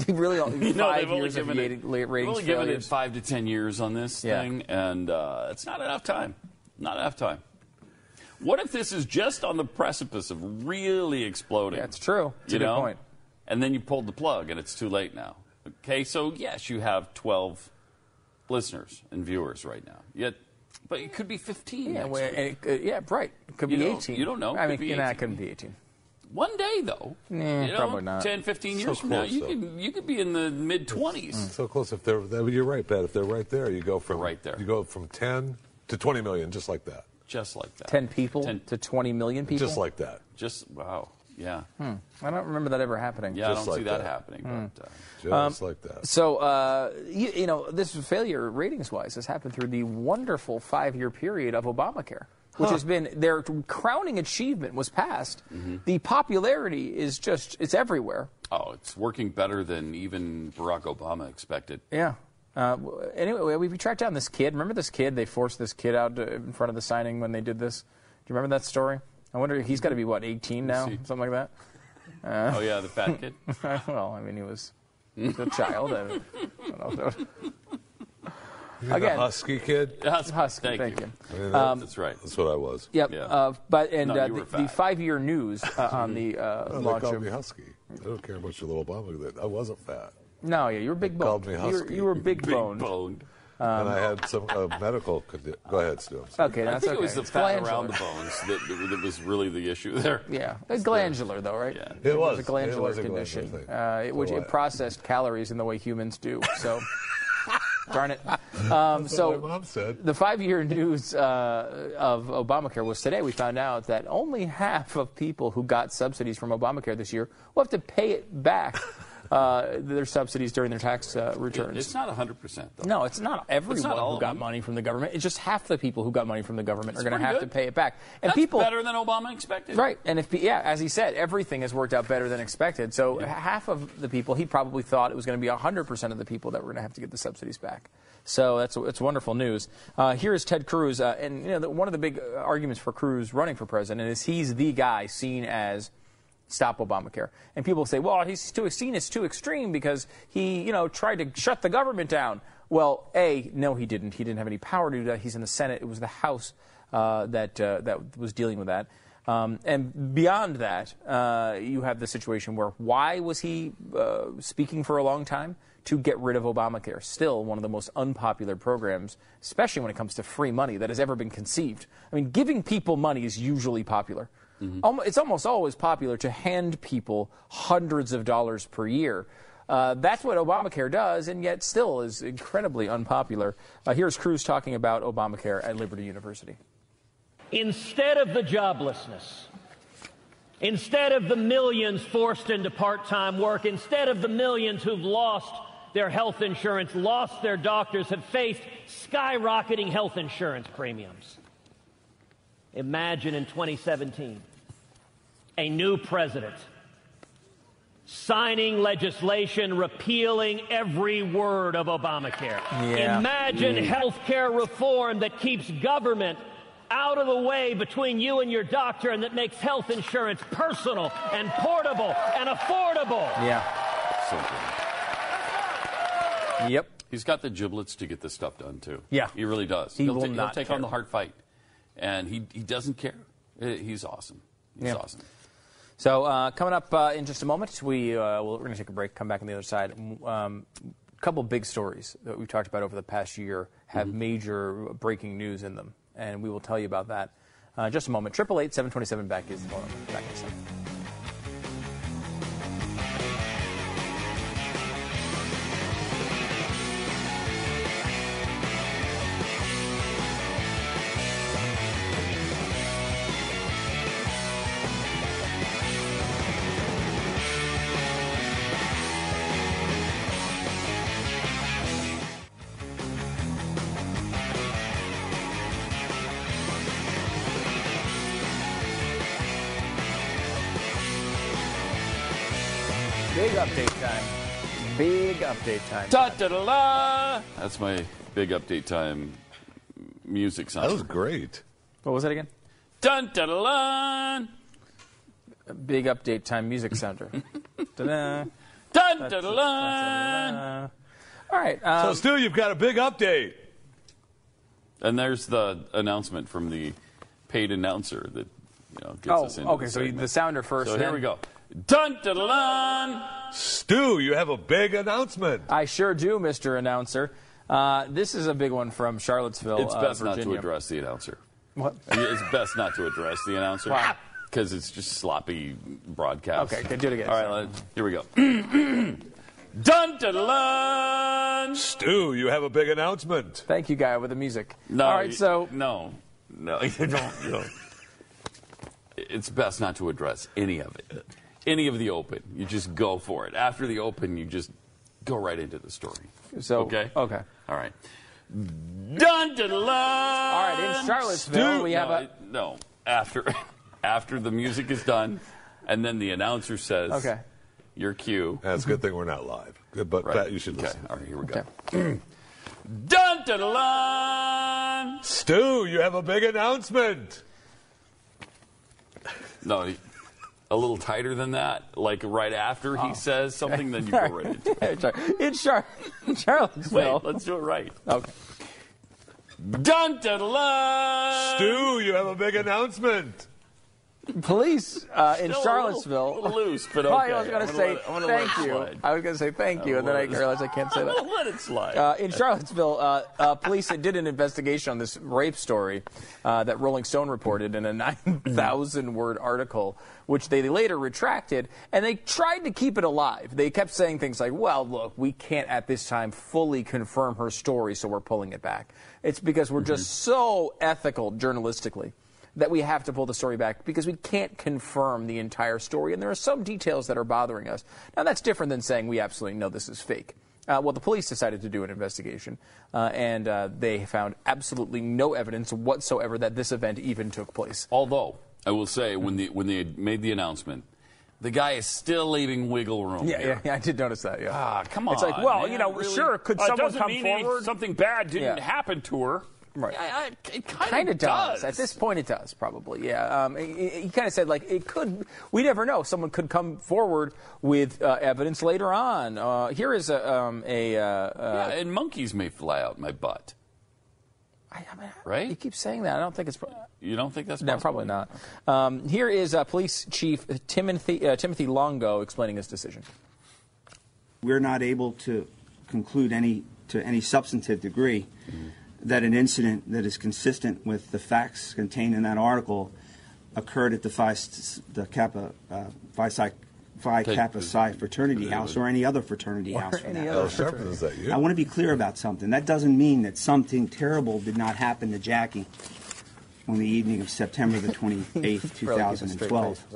D: you really only
E: You know,
D: five
E: they've only
D: years of
E: given it-
D: rating- ratings
E: We've only given it
D: failures.
E: five to ten years on this
D: Yeah.
E: thing, and uh, it's not enough time. Not enough time. What if this is just on the precipice of really exploding? That's
D: true. It's a
E: you
D: good
E: know?
D: point.
E: And then you pulled the plug, and it's too late now. Okay, so yes, you have twelve listeners and viewers right now. Yet, but it could be fifteen.
D: Yeah,
E: next
D: well,
E: week.
D: it, it, yeah, right. It could
E: You
D: be
E: don't-
D: 18.
E: you don't know.
D: I
E: Could
D: mean,
E: be
D: you know, it
E: 18.
D: couldn't be 18.
E: One day, though,
D: Nah,
E: you know,
D: probably not.
E: 10,
D: So
E: 15 years from now,
D: close,
E: you
D: though. Mm.
E: could you could be in the mid twenties.
F: Mm. So close. If they're, that- you're right, Pat. If they're right there, you go from right there. You go from ten to twenty million, just like that.
E: Just like that.
D: 10 people to 20 million people?
F: Just like that.
E: Just wow. Yeah.
D: Hmm. I don't remember that ever happening. Hmm. Um,
E: Yeah, I Just don't see like that that. happening, but, uh,
F: Just like that.
D: So, uh, you, you know, this failure ratings wise has happened through the wonderful five year period of Obamacare, which has been their crowning achievement was passed. The popularity is just, it's everywhere.
E: Oh, it's working better than even Barack Obama expected.
D: Yeah. Uh, w- anyway, we, we tracked down this kid. Remember this kid? They forced this kid out to, in front of the signing when they did this. Do you remember that story? I wonder, he's got to be, what, 18 now?
E: Let me see.
D: Something like that? Uh,
E: oh yeah, the fat kid.
D: well, I mean, he was a child. I mean, I don't know.
F: You're
D: Again.
F: the husky kid.
E: Husky.
F: Thank,
D: you.
F: I mean,
D: Um,
F: that's
E: right.
F: That's what I was.
D: Yep. Uh, but and
F: No, you
D: uh, the,
F: were
D: the five-year news uh,
E: Mm-hmm.
D: on the uh,
F: Oh, they
D: launch
F: called
D: of
F: me husky. I don't care about your little Obama. I wasn't fat.
D: no, yeah, you were big
F: Called
D: boned.
F: me
D: You were-
F: husky.
D: You were big boned. Um,
F: and I had some uh, medical. Condi- Go ahead, Stu.
D: Okay,
E: I
D: that's
E: think
D: okay.
E: it was the
D: It's
E: fat
D: glandular.
E: around the bones that, that was really the issue there.
D: Yeah, it's glandular though, right? Yeah, it
E: was.
D: a
E: It
D: glandular
E: was a glandular
D: condition,
E: thing.
D: uh, it,
E: So
D: which it
E: what?
D: processed calories in the way humans do. So, darn it. Um,
F: That's
D: so
F: what my mom said.
D: the five-year news uh, of Obamacare was today. We found out that only half of people who got subsidies from Obamacare this year will have to pay it back. Uh, their subsidies during their tax uh, returns.
E: It's not 100%.
D: No, it's not everyone
E: all
D: who
E: of
D: got
E: them.
D: money from the government. It's just half the people who got money from the government
E: That's
D: are going
E: pretty
D: to have to
E: good.
D: pay it back. And
E: That's
D: people
E: better than Obama expected.
D: Right, and if yeah, as he said, everything has worked out better than expected. So half of the people, he probably thought it was going to be 100% of the people that were going to have to get the subsidies back. So that's it's wonderful news. Uh, here is Ted Cruz, uh, and you know the, one of the big uh, arguments for Cruz running for president is he's the guy seen as stop Obamacare. And people say, well, he's too seen as too extreme because he, you know, tried to shut the government down. Well, A, no, he didn't. He didn't have any power to do that. He's in the Senate. It was the House uh, that, uh, that was dealing with that. Um, and beyond that, uh, you have the situation where why was he uh, speaking for a long time? To get rid of Obamacare, still one of the most unpopular programs, especially when it comes to free money that has ever been conceived. I mean, giving people money is usually popular. Almo- It's almost always popular to hand people hundreds of dollars per year. Uh, that's what Obamacare does, and yet still is incredibly unpopular. Uh, here's Cruz talking about Obamacare at Liberty University.
K: Instead of the joblessness, instead of the millions forced into part time work, instead of the millions who've lost their health insurance, lost their doctors, have faced skyrocketing health insurance premiums. Imagine in 2017 a new president signing legislation repealing every word of Obamacare.
O: Yeah.
K: Imagine
O: Mm.
K: health care reform that keeps government out of the way between you and your doctor and that makes health insurance personal and portable and affordable.
E: Yeah. So good.
D: Yep.
E: He's got the giblets to get this stuff done too.
D: Yeah.
E: He really does.
D: He
E: he'll
D: will
E: ta- he'll
D: not
E: take
D: care.
E: on the hard fight, and he he doesn't care. Uh, He's awesome. He's
D: Yeah.
E: awesome.
D: So uh, coming up uh, in just a moment, we uh, we'll, we're going to take a break. Come back on the other side. A um, couple big stories that we've talked about over the past year have major breaking news in them, and we will tell you about that. Uh, just a moment. Triple eight seven twenty seven back is the phone number. Back in a second. Big update time. Big update time.
E: Da da da la. That's my big update time music sound. That was
F: great.
D: What was that again?
E: Dun da da la.
D: Big update time music sounder. Da-da.
E: Dun da da la.
D: All right. Uh, Um,
E: so, Stu, you've got a big update. And there's the announcement from the paid announcer that you know, gets
D: Oh,
E: us into
D: okay,
E: The
D: so
E: segment.
D: the sounder first,
E: So here
D: then-
E: we go. Dun da da la.
F: Stu, you have a big announcement.
D: I sure do, Mr. Announcer. Uh, this is a big one from Charlottesville,
E: It's
D: uh,
E: best not
D: Virginia.
E: to address the announcer.
D: What?
E: It's best not to address the announcer.
D: Why?
E: Because it's just sloppy broadcast.
D: Okay, okay, do it again.
E: All right, let- here we go. Dun da da
F: Stu, you have a big announcement.
D: Thank you, guy, with the music.
E: No.
D: All right, so
E: no, no, you don't. You don't. It's best not to address any of it, any of the open. You just go for it. After the open, you just go right into the story.
D: So-
E: okay,
D: okay,
E: all right. Dun da All
D: right, in Charlottesville, we have
E: no,
D: a-
E: it- no after after the music is done, and then the announcer says,
F: Okay.
E: your cue."
F: That's a good thing we're not live. Good, but
E: Right.
F: Pat, you should
E: Okay,
F: listen.
E: all right, here we go.
O: Dun da la.
F: Stu, you have a big announcement.
E: No, he- a little tighter than that. Like right after
D: Oh.
E: he says something, then you go right into it.
D: in Char- Charlottesville.
E: Wait, let's do it right.
D: Okay.
E: Dun da la.
F: Stu, you have a big announcement.
D: Police uh, in
F: Still a
D: Charlottesville.
F: little- a little loose, but
D: Well,
F: okay.
D: I was
F: I'm
D: going to
F: gonna
D: say
F: let it- I'm gonna let
D: thank
F: it
D: you.
F: slide.
D: I was going to say thank you, and then I realized I can't say that.
E: Let it slide.
D: Uh, in Charlottesville, uh, uh, police did an investigation on this rape story uh, that Rolling Stone reported in a 9,000 word article, which they later retracted, and they tried to keep it alive. They kept saying things like, well, look, we can't at this time fully confirm her story, so we're pulling it back. It's because we're just
F: Mm-hmm.
D: so ethical journalistically that we have to pull the story back because we can't confirm the entire story, and there are some details that are bothering us. Now, that's different than saying we absolutely know this is fake. Uh, well, the police decided to do an investigation, uh, and uh, they found absolutely no evidence whatsoever that this event even took place.
E: Although I will say, when the when they had made the announcement, the guy is still leaving wiggle room.
D: Yeah,
E: here.
D: yeah, yeah, I did notice that. Yeah.
E: Ah, come on.
D: It's like, well,
E: man,
D: you know,
E: really?
D: sure, could
E: Uh, it
D: someone
E: doesn't
D: come
E: mean any-
D: forward?
E: something bad didn't
D: Yeah.
E: happen to her.
D: Right.
E: it
D: kind of does. At this point, it does probably. Yeah. Um, he kind of said like it could. We never know. Someone could come forward with uh, evidence later on. Uh, here is a um, a. Uh, uh,
E: yeah, and monkeys may fly out my butt.
D: right. You keep saying that. I don't think it's. pro-
E: You don't think that's
D: No,
E: possible?
D: probably not. Um, here is uh, Police Chief Timothy uh, Timothy Longo explaining his decision.
R: we're not able to conclude any to any substantive degree that an incident that is consistent with the facts contained in that article occurred at the Phi, the Kappa uh, Phi Psi Phi
F: Take-
R: Kappa Psi fraternity house or any other fraternity
F: Or
R: house. for
F: any
R: that
F: other
R: matter.
F: fraternity. Is that you?
R: I want to be clear about something. That doesn't mean that something terrible did not happen to Jackie on the evening of September the 28th, 2012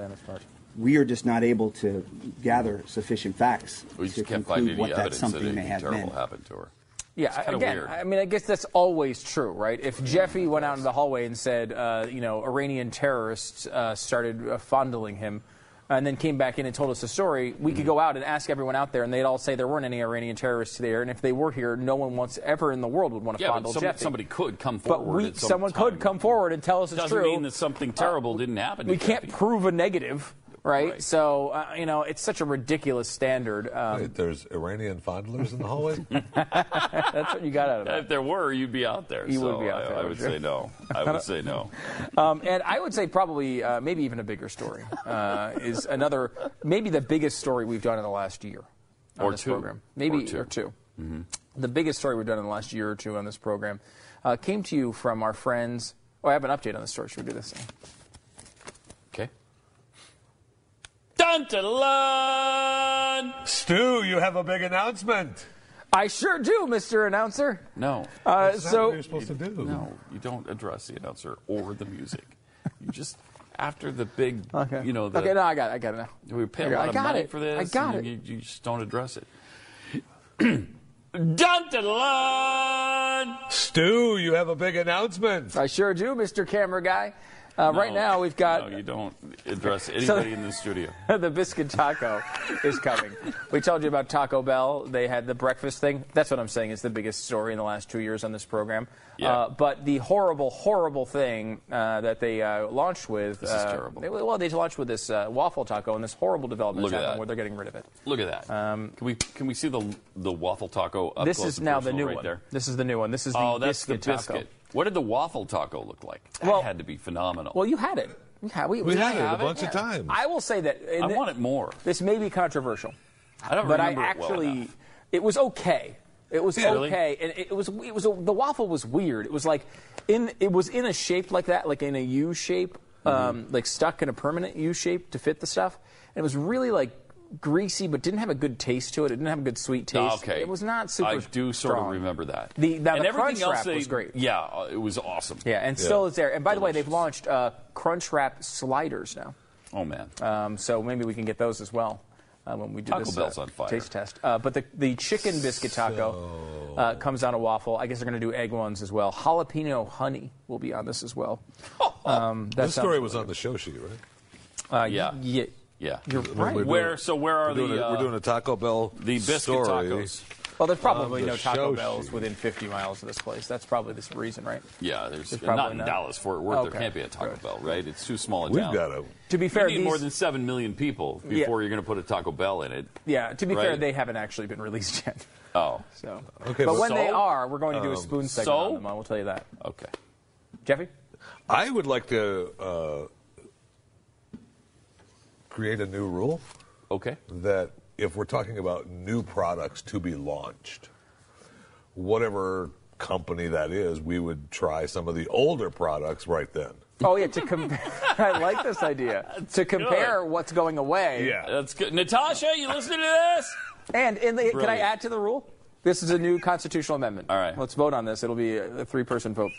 R: we are just not able to gather sufficient facts
E: We
R: to
E: just can't find
R: conclude
E: any
R: what that
E: evidence that
R: something may
E: anything
R: have
E: terrible
R: been.
E: happened to her. It's
D: Yeah,
E: kinda
D: again,
E: weird.
D: I mean, I guess that's always true, right? If Jeffy went out in the hallway and said, uh, you know, Iranian terrorists uh, started uh, fondling him, and then came back in and told us the story, we
E: Mm-hmm.
D: could go out and ask everyone out there, and they'd all say there weren't any Iranian terrorists there, and if they were here, no one once ever in the world would want to
E: Yeah,
D: fondle
E: but some,
D: Jeffy.
E: somebody could come
D: but
E: forward.
D: we,
E: at some
D: someone
E: time.
D: could come forward and tell us it's
E: Doesn't
D: true.
E: mean that something terrible didn't happen. to
D: we can't
E: Jeffy.
D: prove a negative, right? So uh, you know, it's such a ridiculous standard. Um,
F: There's Iranian fondlers in the hallway.
D: that's what you got out of it.
E: If there were, you'd be out there.
D: You would
E: so
D: be out
E: I,
D: there,
E: I
D: would
E: would
D: you?
E: say no. I would say no.
D: Um, and I would say probably, uh, maybe even a bigger story uh, is another, maybe the biggest story we've done in the last year on
E: Or
D: this
E: two.
D: program. Maybe
E: Or two. Mm-hmm.
D: Mhm. The biggest story we've done in the last year or two on this program uh, came to you from our friends. Oh, I have an update on the story. Should we do this?
E: Okay.
D: Dun to lun!
F: Stu, you have a big announcement.
D: I sure do, Mr. Announcer.
E: No.
D: Uh, so
E: No, you don't address the announcer or the music. You just after the big,
D: Okay.
E: you know, the,
D: okay, no, I got it. I got it now.
E: we pay a
D: I got-
E: lot
D: I
E: of
D: got
E: money
D: it.
E: for this.
D: I got
E: and
D: it.
E: You, you just don't address it.
D: Dun to lun!
F: Stu, you have a big announcement.
D: I sure do, Mr. Camera Guy. Uh, Right
E: No.
D: now, we've got
E: No, you don't address anybody in the studio.
D: the biscuit taco is coming. We told you about Taco Bell. They had the breakfast thing. That's what I'm saying is the biggest story in the last two years on this program.
E: Yeah.
D: Uh, but the horrible, horrible thing uh, that they uh, launched with.
E: This is
D: uh,
E: terrible.
D: they- well, they launched with this uh, waffle taco and this horrible development
E: Look at
D: happened
E: that.
D: where they're getting rid of it.
E: Look at that. can we can we see the the waffle taco up
D: Um, this
E: close
D: is
E: and
D: now the
E: personal
D: new
E: right
D: one.
E: there?
D: This is the new one. This is the
E: oh, that's
D: biscuit
E: the biscuit.
D: taco.
E: What did the waffle taco look like? That
D: Well-
E: had to be phenomenal.
D: Well, you had it. You had- we,
E: We had it a
D: have
E: bunch of times.
D: I will say that. and
E: I
D: thi-
E: want it more.
D: This may be controversial.
E: I don't
D: but
E: remember
D: I
E: it well
D: actually,
E: enough.
D: it was okay. It was
E: Yeah, really?
D: okay, and it was it was a, the waffle was weird. It was like in it was in a shape like that, like in a U shape,
E: Mm-hmm.
D: um, like stuck in a permanent U shape to fit the stuff. And it was really like greasy, but didn't have a good taste to it. It didn't have a good sweet taste.
E: Okay.
D: it was not super.
E: I do sort
D: strong.
E: of remember that.
D: The- now the
E: and everything
D: crunch
E: else
D: wrap
E: they-
D: was great.
E: Yeah, uh, it was awesome.
D: Yeah, and still is there. And by the way, they've launched uh, Crunch Wrap sliders now.
E: Oh man.
D: Um, so maybe we can get those as well uh, when we do
E: Taco
D: this
E: Bell's
D: uh,
E: on fire.
D: taste test. Uh, but the, the chicken biscuit taco uh, comes on a waffle. I guess they're going to do egg ones as well. Jalapeno honey will be on this as well. Um, that
F: this story
D: sounds-
F: was on the show sheet, right?
D: Uh,
E: yeah.
D: yeah.
E: Yeah.
D: You're right.
F: We're doing-
E: Where- so where are
F: we're doing
E: the,
F: A,
E: uh,
F: we're doing a Taco Bell.
E: the biscuit
F: story
E: tacos?
D: Well, there's probably
E: Oh,
F: on the
D: no Taco
F: show
D: Bells
F: sheet.
D: within 50 miles of this place. That's probably the reason, right?
E: Yeah, there's,
D: There's probably
E: not in
D: not.
E: Dallas, Fort Worth.
D: Okay.
E: There can't be a Taco Bell, right? It's too small a
D: We've
E: town.
D: got a- To be fair,
E: you need
D: these-
E: more than seven million people
D: Yeah.
E: before you're going to put a Taco Bell in it.
D: Yeah, to be
E: right?
D: fair, they haven't actually been released yet.
E: Oh,
D: so but, Um, when they are, we're going to do a spoon segment
E: So
D: on them. I will tell you that.
E: Okay.
D: Jeffy?
F: I would like to uh, create a new rule.
E: Okay.
F: That if we're talking about new products to be launched, whatever company that is, we would try some of the older products right then.
D: Oh yeah, to compare. I like this idea to compare what's going away.
F: Yeah.
E: That's good. Natasha, you listening to this?
D: And in the, can I
E: Brilliant.
D: add to the rule? This is a new constitutional amendment. All right, let's vote on this. It'll be a a three-person vote.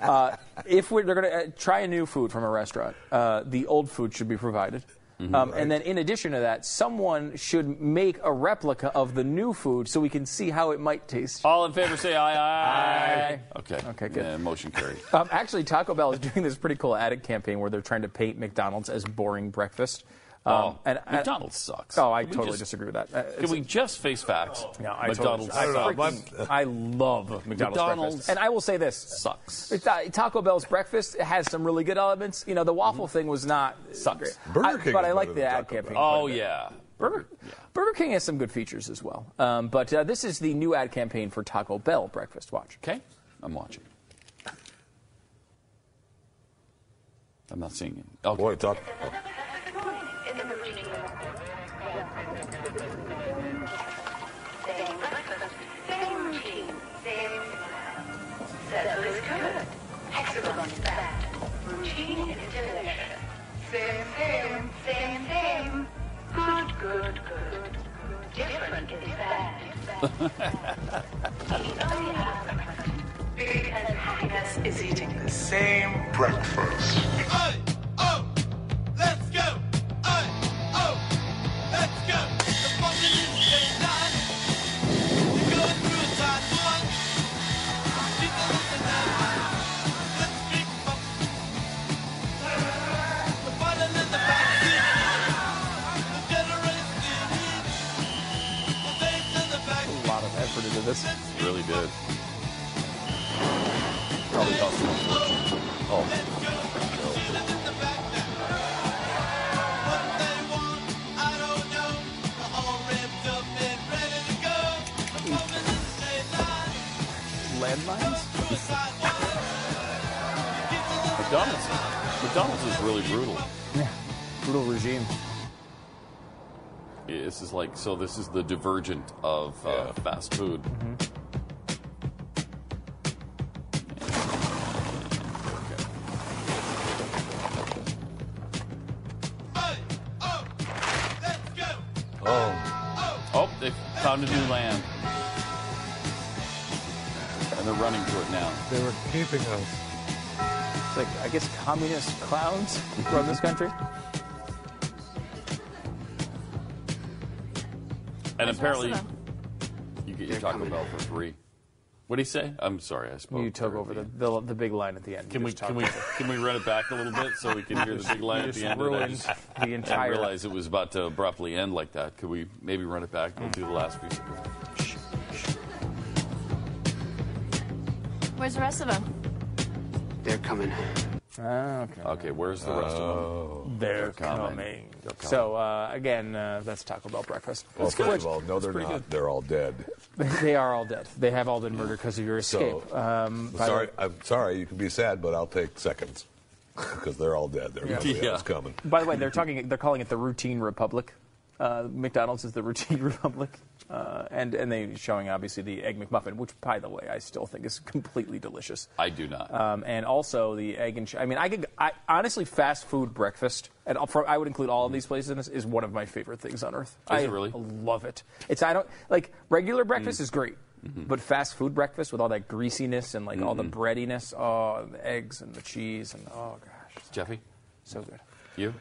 D: Uh, if we're, they're going to uh, try a new food from a restaurant, uh, the old food should be provided.
E: Mm-hmm.
D: um, And then, in addition to that, someone should make a replica of the new food so we can see how it might taste.
E: All in favor, say aye, aye. Okay.
D: Okay, good.
E: Yeah, motion carried.
D: Um, actually, Taco Bell is doing this pretty cool ad campaign where they're trying to paint McDonald's as boring breakfast. Um, and I-
E: Oh, McDonald's sucks.
D: Oh, I
E: Can we
D: totally
E: just-
D: disagree with that. Uh,
E: Can
D: it's-
E: we just face facts?
D: No, I
E: McDonald's.
D: Totally, I,
E: sucks.
D: freaking- I love McDonald's,
E: McDonald's
D: breakfast. And I will say this sucks. Taco Bell's breakfast has some really good elements. You know, the waffle thing was not Mm-hmm. sucks.
E: Burger King
D: but
E: is
D: I like
E: better
D: the
E: than
D: ad
E: Taco
D: campaign.
E: Bell.
D: quite a
E: Oh,
D: bit.
E: yeah.
D: Burger, Burger King has some good features as well. Um, but uh, this is the new ad campaign for Taco Bell breakfast. Watch.
E: Okay, I'm watching. I'm not seeing it. Okay. Boy,
F: talk.
S: Is eating the same breakfast.
D: A lot of effort into this.
E: Really did. Probably cost him a fortune. Oh. McDonald's. McDonald's is really brutal.
D: Yeah. Brutal regime.
E: This is like so. This is the divergent of uh, fast food.
F: Mm-hmm.
E: Oh. Oh, they found a new land. And they're running to it now.
F: They were keeping us.
D: It's like, I guess, communist clowns run this country.
E: And
D: Nice
E: apparently,
D: pasta,
E: you get your Taco Bell for free. What do you say? I'm sorry, I spoke.
D: You took over the, the, the big line at the end.
E: Can
D: You
E: we
D: just
E: can
D: talked
E: we
D: over.
E: can we run it back a little bit so we can hear the big line
D: You
E: at the
D: just
E: end? of that?
D: ruined the
E: And
D: entire-
E: realize it was about to abruptly end like that. Could we maybe run it back? We'll do the last piece. of it.
T: Where's the rest of them?
E: They're coming.
D: okay.
E: Okay, where's the rest of them?
D: They're coming.
E: They're coming.
D: So uh, again, uh, that's Taco Bell breakfast.
F: Well,
D: It's
F: first
D: good.
F: of all, no,
D: It's
F: they're
D: pretty
F: not.
D: good.
F: They're all dead.
D: They are all dead. They have all been murdered because of your escape.
F: So,
D: um, by the-
F: sorry, I'm sorry. You can be sad, but I'll take seconds because they're all dead. They're
D: Yeah.
F: nobody
D: Yeah.
F: else coming.
D: By the way, they're talking. They're calling it the routine republic. Uh, McDonald's is the routine republic, uh, and and they showing obviously the egg McMuffin, which by the way I still think is completely delicious.
E: I do not.
D: Um, and also the egg and ch- I mean I could I, honestly fast food breakfast and I'll pro- I would include all of these places in this is one of my favorite things on earth.
E: Is
D: I
E: it really? Mm.
D: love it. It's I don't like regular breakfast is great,
E: Mm-hmm.
D: but fast food breakfast with all that greasiness and like all the
E: Mhm.
D: breadiness, oh and the eggs and the cheese and oh gosh,
E: Jeffy,
D: so good. Uh,
E: you,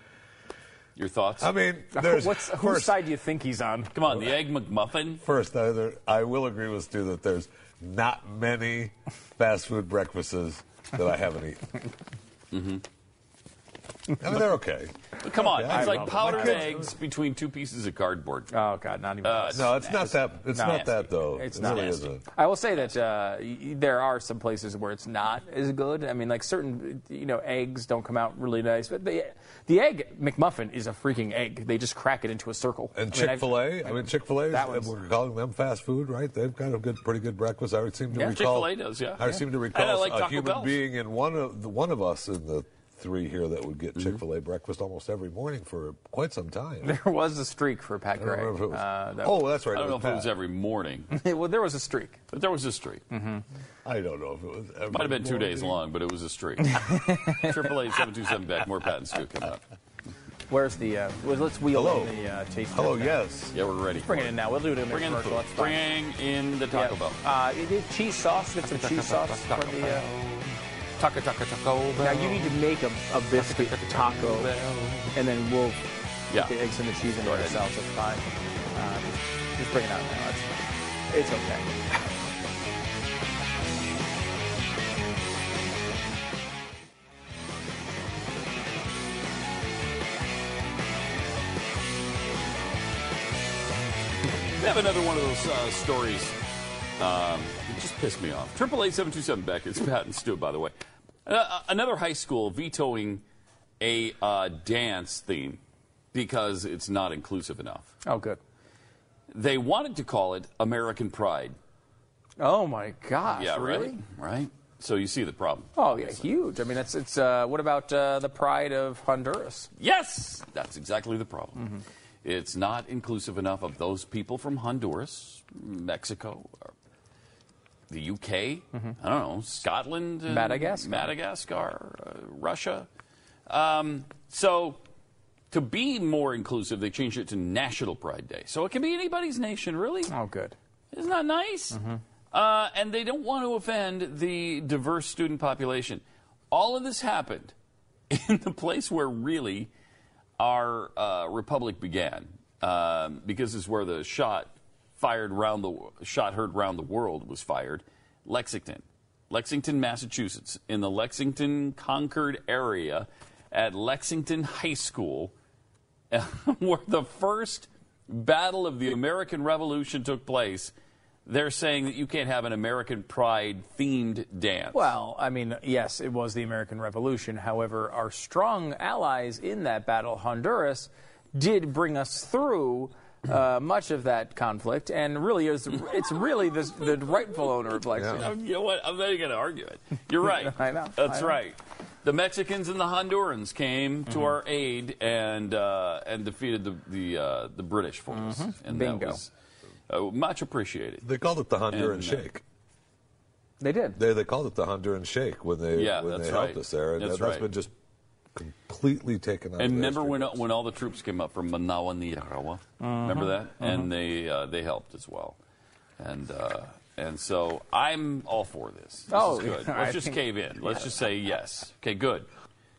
E: your thoughts?
F: I mean, there's
D: What's, whose
F: first-
D: side do you think he's on?
E: Come on, the egg McMuffin.
F: First, I, there, I will agree with Stu that there's not many fast food breakfasts that I haven't eaten. mm-hmm. I mean, they're okay.
E: But come on,
F: Okay, I
E: it's like
F: love it.
E: powdered
F: My kids-
E: eggs between two pieces of cardboard. Uh,
D: Oh God, not even.
F: no, it's not that. It's
D: No.
F: not that though.
D: It's
F: it
D: not.
F: Really
D: Nasty.
F: isn't.
D: I will say that uh, y- y- there are some places where it's not as good. I mean, like certain, you know, eggs don't come out really nice. But the the egg McMuffin is a freaking egg. They just crack it into a circle.
F: And
D: I mean,
F: Chick
D: I've-
F: Fil A. I mean, Chick Fil
D: That
F: A.
D: one's-
F: We're calling them fast food, right? They've got a good, pretty good breakfast. I would seem to
E: Yeah.
F: recall.
E: Chick-fil-A does, yeah.
F: I
E: Yeah.
F: seem to
E: And I
F: recall
E: like
F: a
E: Taco
F: human
E: Bells.
F: being in one of the, one of us in the three here that would get
E: Mm-hmm.
F: Chick Fil A breakfast almost every morning for quite some time.
D: There was a streak for Pat
F: I don't
D: Gray.
F: remember if it was-
D: Uh, that-
F: oh, that's right.
E: I don't
F: it
E: know
F: was
E: if it was every morning,
D: well, there was a streak.
E: but there was a streak.
F: Mm-hmm. I don't know if it was. Every
E: Might have been two
F: morning.
E: days long, but it was a streak. Triple eight seven two seven back. More patents do come up.
D: Where's the? Uh, well, let's wheel
E: Hello.
D: in the uh, taste.
E: Hello,
D: test now.
E: yes. Yeah, we're ready.
D: Let's bring it in now. We'll do it in
E: Bring
D: the
E: in
D: commercial.
E: food.
D: That's fine.
E: Bring in the Taco Bell.
D: Uh, it is cheese sauce. Get some cheese sauce for
E: Taco
D: the.
E: Bell.
D: Uh, taco, taco, taco. Now you need to make a, a biscuit taco, and then we'll
E: Yeah.
D: put the eggs and the cheese in there ourselves. That's fine. Um, just bring it out now. That's fine. It's okay.
E: We have another one of those uh, stories. Um, it just pissed me off. Triple eight seven two seven back. It's Pat and Stu, by the way. Uh, another high school vetoing a uh, dance theme because it's not inclusive enough.
D: Oh, good.
E: They wanted to call it American Pride.
D: Oh my gosh!
E: yeah,
D: really?
E: right, right. So you see the problem.
D: Oh yeah, huge. I mean, that's it's. Uh, what about uh, the pride of Honduras?
E: Yes, that's exactly the problem. It's not inclusive enough of those people from Honduras, Mexico, or the UK, I don't know, Scotland, and
D: Madagascar.
E: Madagascar, uh, Russia. Um, so to be more inclusive, they changed it to National Pride Day. So it can be anybody's nation, really.
D: Oh, good.
E: Isn't that nice? Uh, and they don't want to offend the diverse student population. All of this happened in the place where really our uh, republic began, um, because it's where the shot fired round the shot heard round the world was fired, Lexington, Lexington, Massachusetts, in the Lexington Concord area, at Lexington High School, where the first battle of the American Revolution took place. They're saying that you can't have an American Pride themed dance.
D: Well, I mean, yes, it was the American Revolution. However, our strong allies in that battle, Honduras, did bring us through uh, much of that conflict, and really is it's really the, the rightful owner of Lexington.
E: Um, You know what? I'm not even going to argue it. You're right.
D: I know.
E: That's
D: I know.
E: right. The Mexicans and the Hondurans came to
D: Mhm.
E: our aid and uh, and defeated the the, uh, the British for us,
D: Mhm.
E: and that
D: Bingo.
E: was uh, much appreciated.
F: They called it the Honduran
E: And, uh,
F: Shake.
D: They did.
F: They, they called it the Honduran Shake when they
E: Yeah,
F: when
E: that's
F: they
E: right.
F: helped us there, and
E: That's
F: that- that's
E: right.
F: been just completely taken out. of
E: And
F: the
E: remember when when all the troops came up from Manawa and Nicaragua?
D: Uh-huh.
F: Mhm.
E: Remember that?
F: Mhm.
E: And they uh, they helped as well. And uh, and so I'm all for this. this
D: Oh,
E: is good.
D: yeah, I
E: Let's just
D: think-
E: cave in. Let's
D: yeah.
E: just say yes. Okay, good,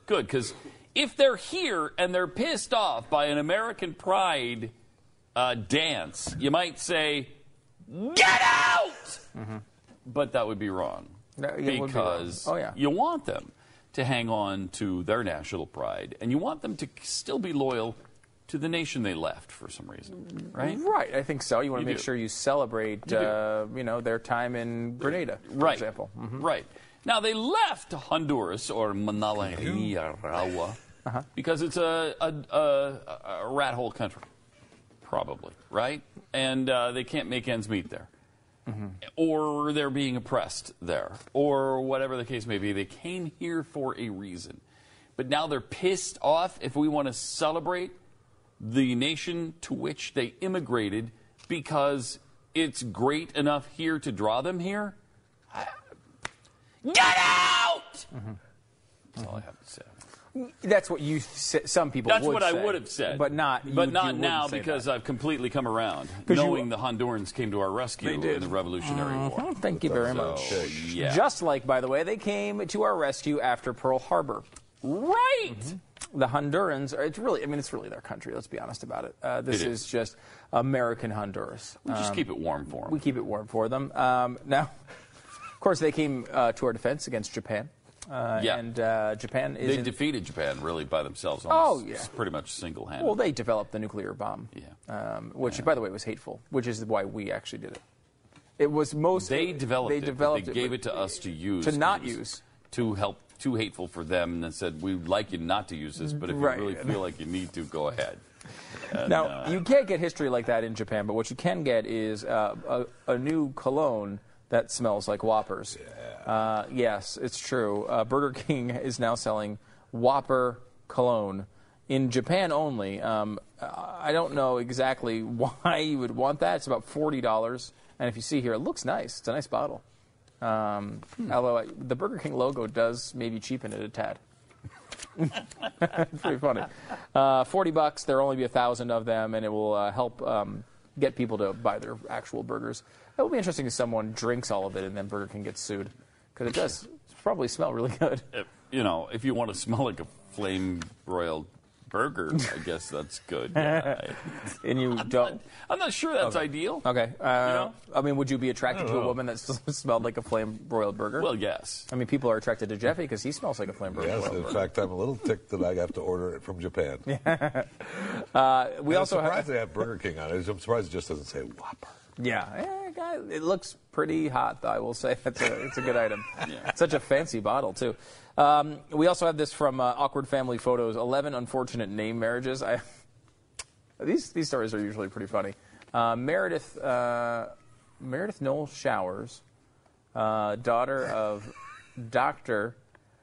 E: good. Because if they're here and they're pissed off by an American pride uh, dance, you might say, "Get out!" But that would be wrong
D: Mm-hmm. That- it would be wrong.
E: because
D: Oh, yeah.
E: you want them to hang on to their national pride, and you want them to still be loyal to the nation they left for some
D: Mm-hmm.
E: reason, right?
D: Right, I think so. You want
E: You
D: to make
E: do.
D: sure you celebrate,
E: You do.
D: uh, you know, their time in Grenada, for
E: Right.
D: example. Mhm.
E: Right. Now they left Honduras or Manala Nicaragua
D: Uh-huh.
E: because it's a, a, a, a rat hole country, probably, right? And uh, they can't make ends meet there. Mm-hmm. or they're being oppressed there, or whatever the case may be. They came here for a reason. But now they're pissed off if we want to celebrate the nation to which they immigrated because it's great enough here to draw them here. Get out! That's all I have to say.
D: That's what you. Say, some people.
E: That's
D: would
E: what
D: say,
E: I would have said,
D: but not. you-
E: but
D: you
E: not
D: wouldn't
E: now
D: say
E: because
D: that.
E: I've completely come around,
D: 'Cause you-
E: knowing the Hondurans came to our rescue
D: did.
E: in the Revolutionary War.
D: Mhm, Thank you very much.
E: So, yeah.
D: Just like, by the way, they came to our rescue after Pearl Harbor. Mm-hmm.
E: Right.
D: The Hondurans are. It's really. I mean, it's really their country. Let's be honest about it. Uh, this
E: It
D: is. just American Honduras.
E: We just
D: Um,
E: keep it warm for them.
D: We keep it warm for them. Um, now, of course, they came uh, to our defense against Japan. Uh,
E: Yeah.
D: And uh, Japan is.
E: They
D: in-
E: defeated Japan really by themselves.
D: Oh,
E: Almost,
D: yeah.
E: pretty much single handed.
D: well, they developed the nuclear bomb. Yeah. Um, which, by the way, was hateful. Which is why we actually did it. It was most.
E: they developed
D: They
E: it. but
D: developed
E: they
D: it,
E: gave
D: but-
E: it to us to use.
D: to not
E: 'cause it was
D: use.
E: Too help. Too hateful for them, and then said, "We'd like you not to use this, but if
D: Right.
E: you really feel like you need to, go ahead." And,
D: Now,
E: uh,
D: you can't get history like that in Japan, but what you can get is uh, a, a new cologne that smells like Whoppers. Uh, yes, it's true. Uh, Burger King is now selling Whopper cologne in Japan only. Um, I I don't know exactly why you would want that. It's about $40. And if you see here, it looks nice. It's a nice bottle. Um,
E: Hmm.
D: Although I, the Burger King logo does maybe cheapen it a tad. It's pretty funny. Uh, Forty bucks. There'll only be a thousand of them, and it will uh, help um, get people to buy their actual burgers. It will be interesting if someone drinks all of it and then Burger King gets sued because it does probably smell really good.
E: you know, if you want to smell like a flame broiled burger. I guess that's good.
D: and you don't.
E: I'm not sure that's
D: Okay.
E: ideal.
D: Okay. Uh, I mean, would you be
E: I
D: attracted
E: don't
D: to a
E: know.
D: woman that s- smelled like a flame broiled burger?
E: Well, yes.
D: I mean, people are attracted to Jeffy because he smells like a flame broiled
F: Yes,
D: burger.
F: in fact, I'm a little ticked that I have to order it from Japan.
D: uh, we
F: I'm
D: also
F: surprised
D: have.
F: they have Burger King on it. I'm surprised it just doesn't say Whopper.
D: Yeah, eh, guy, it looks pretty hot, though. I will say that's a, it's a good item. Such a fancy bottle, too. Um, we also have this from uh, Awkward Family Photos: Eleven unfortunate name marriages. I, these these stories are usually pretty funny. Uh, Meredith uh, Meredith Noel Showers, uh, daughter of Doctor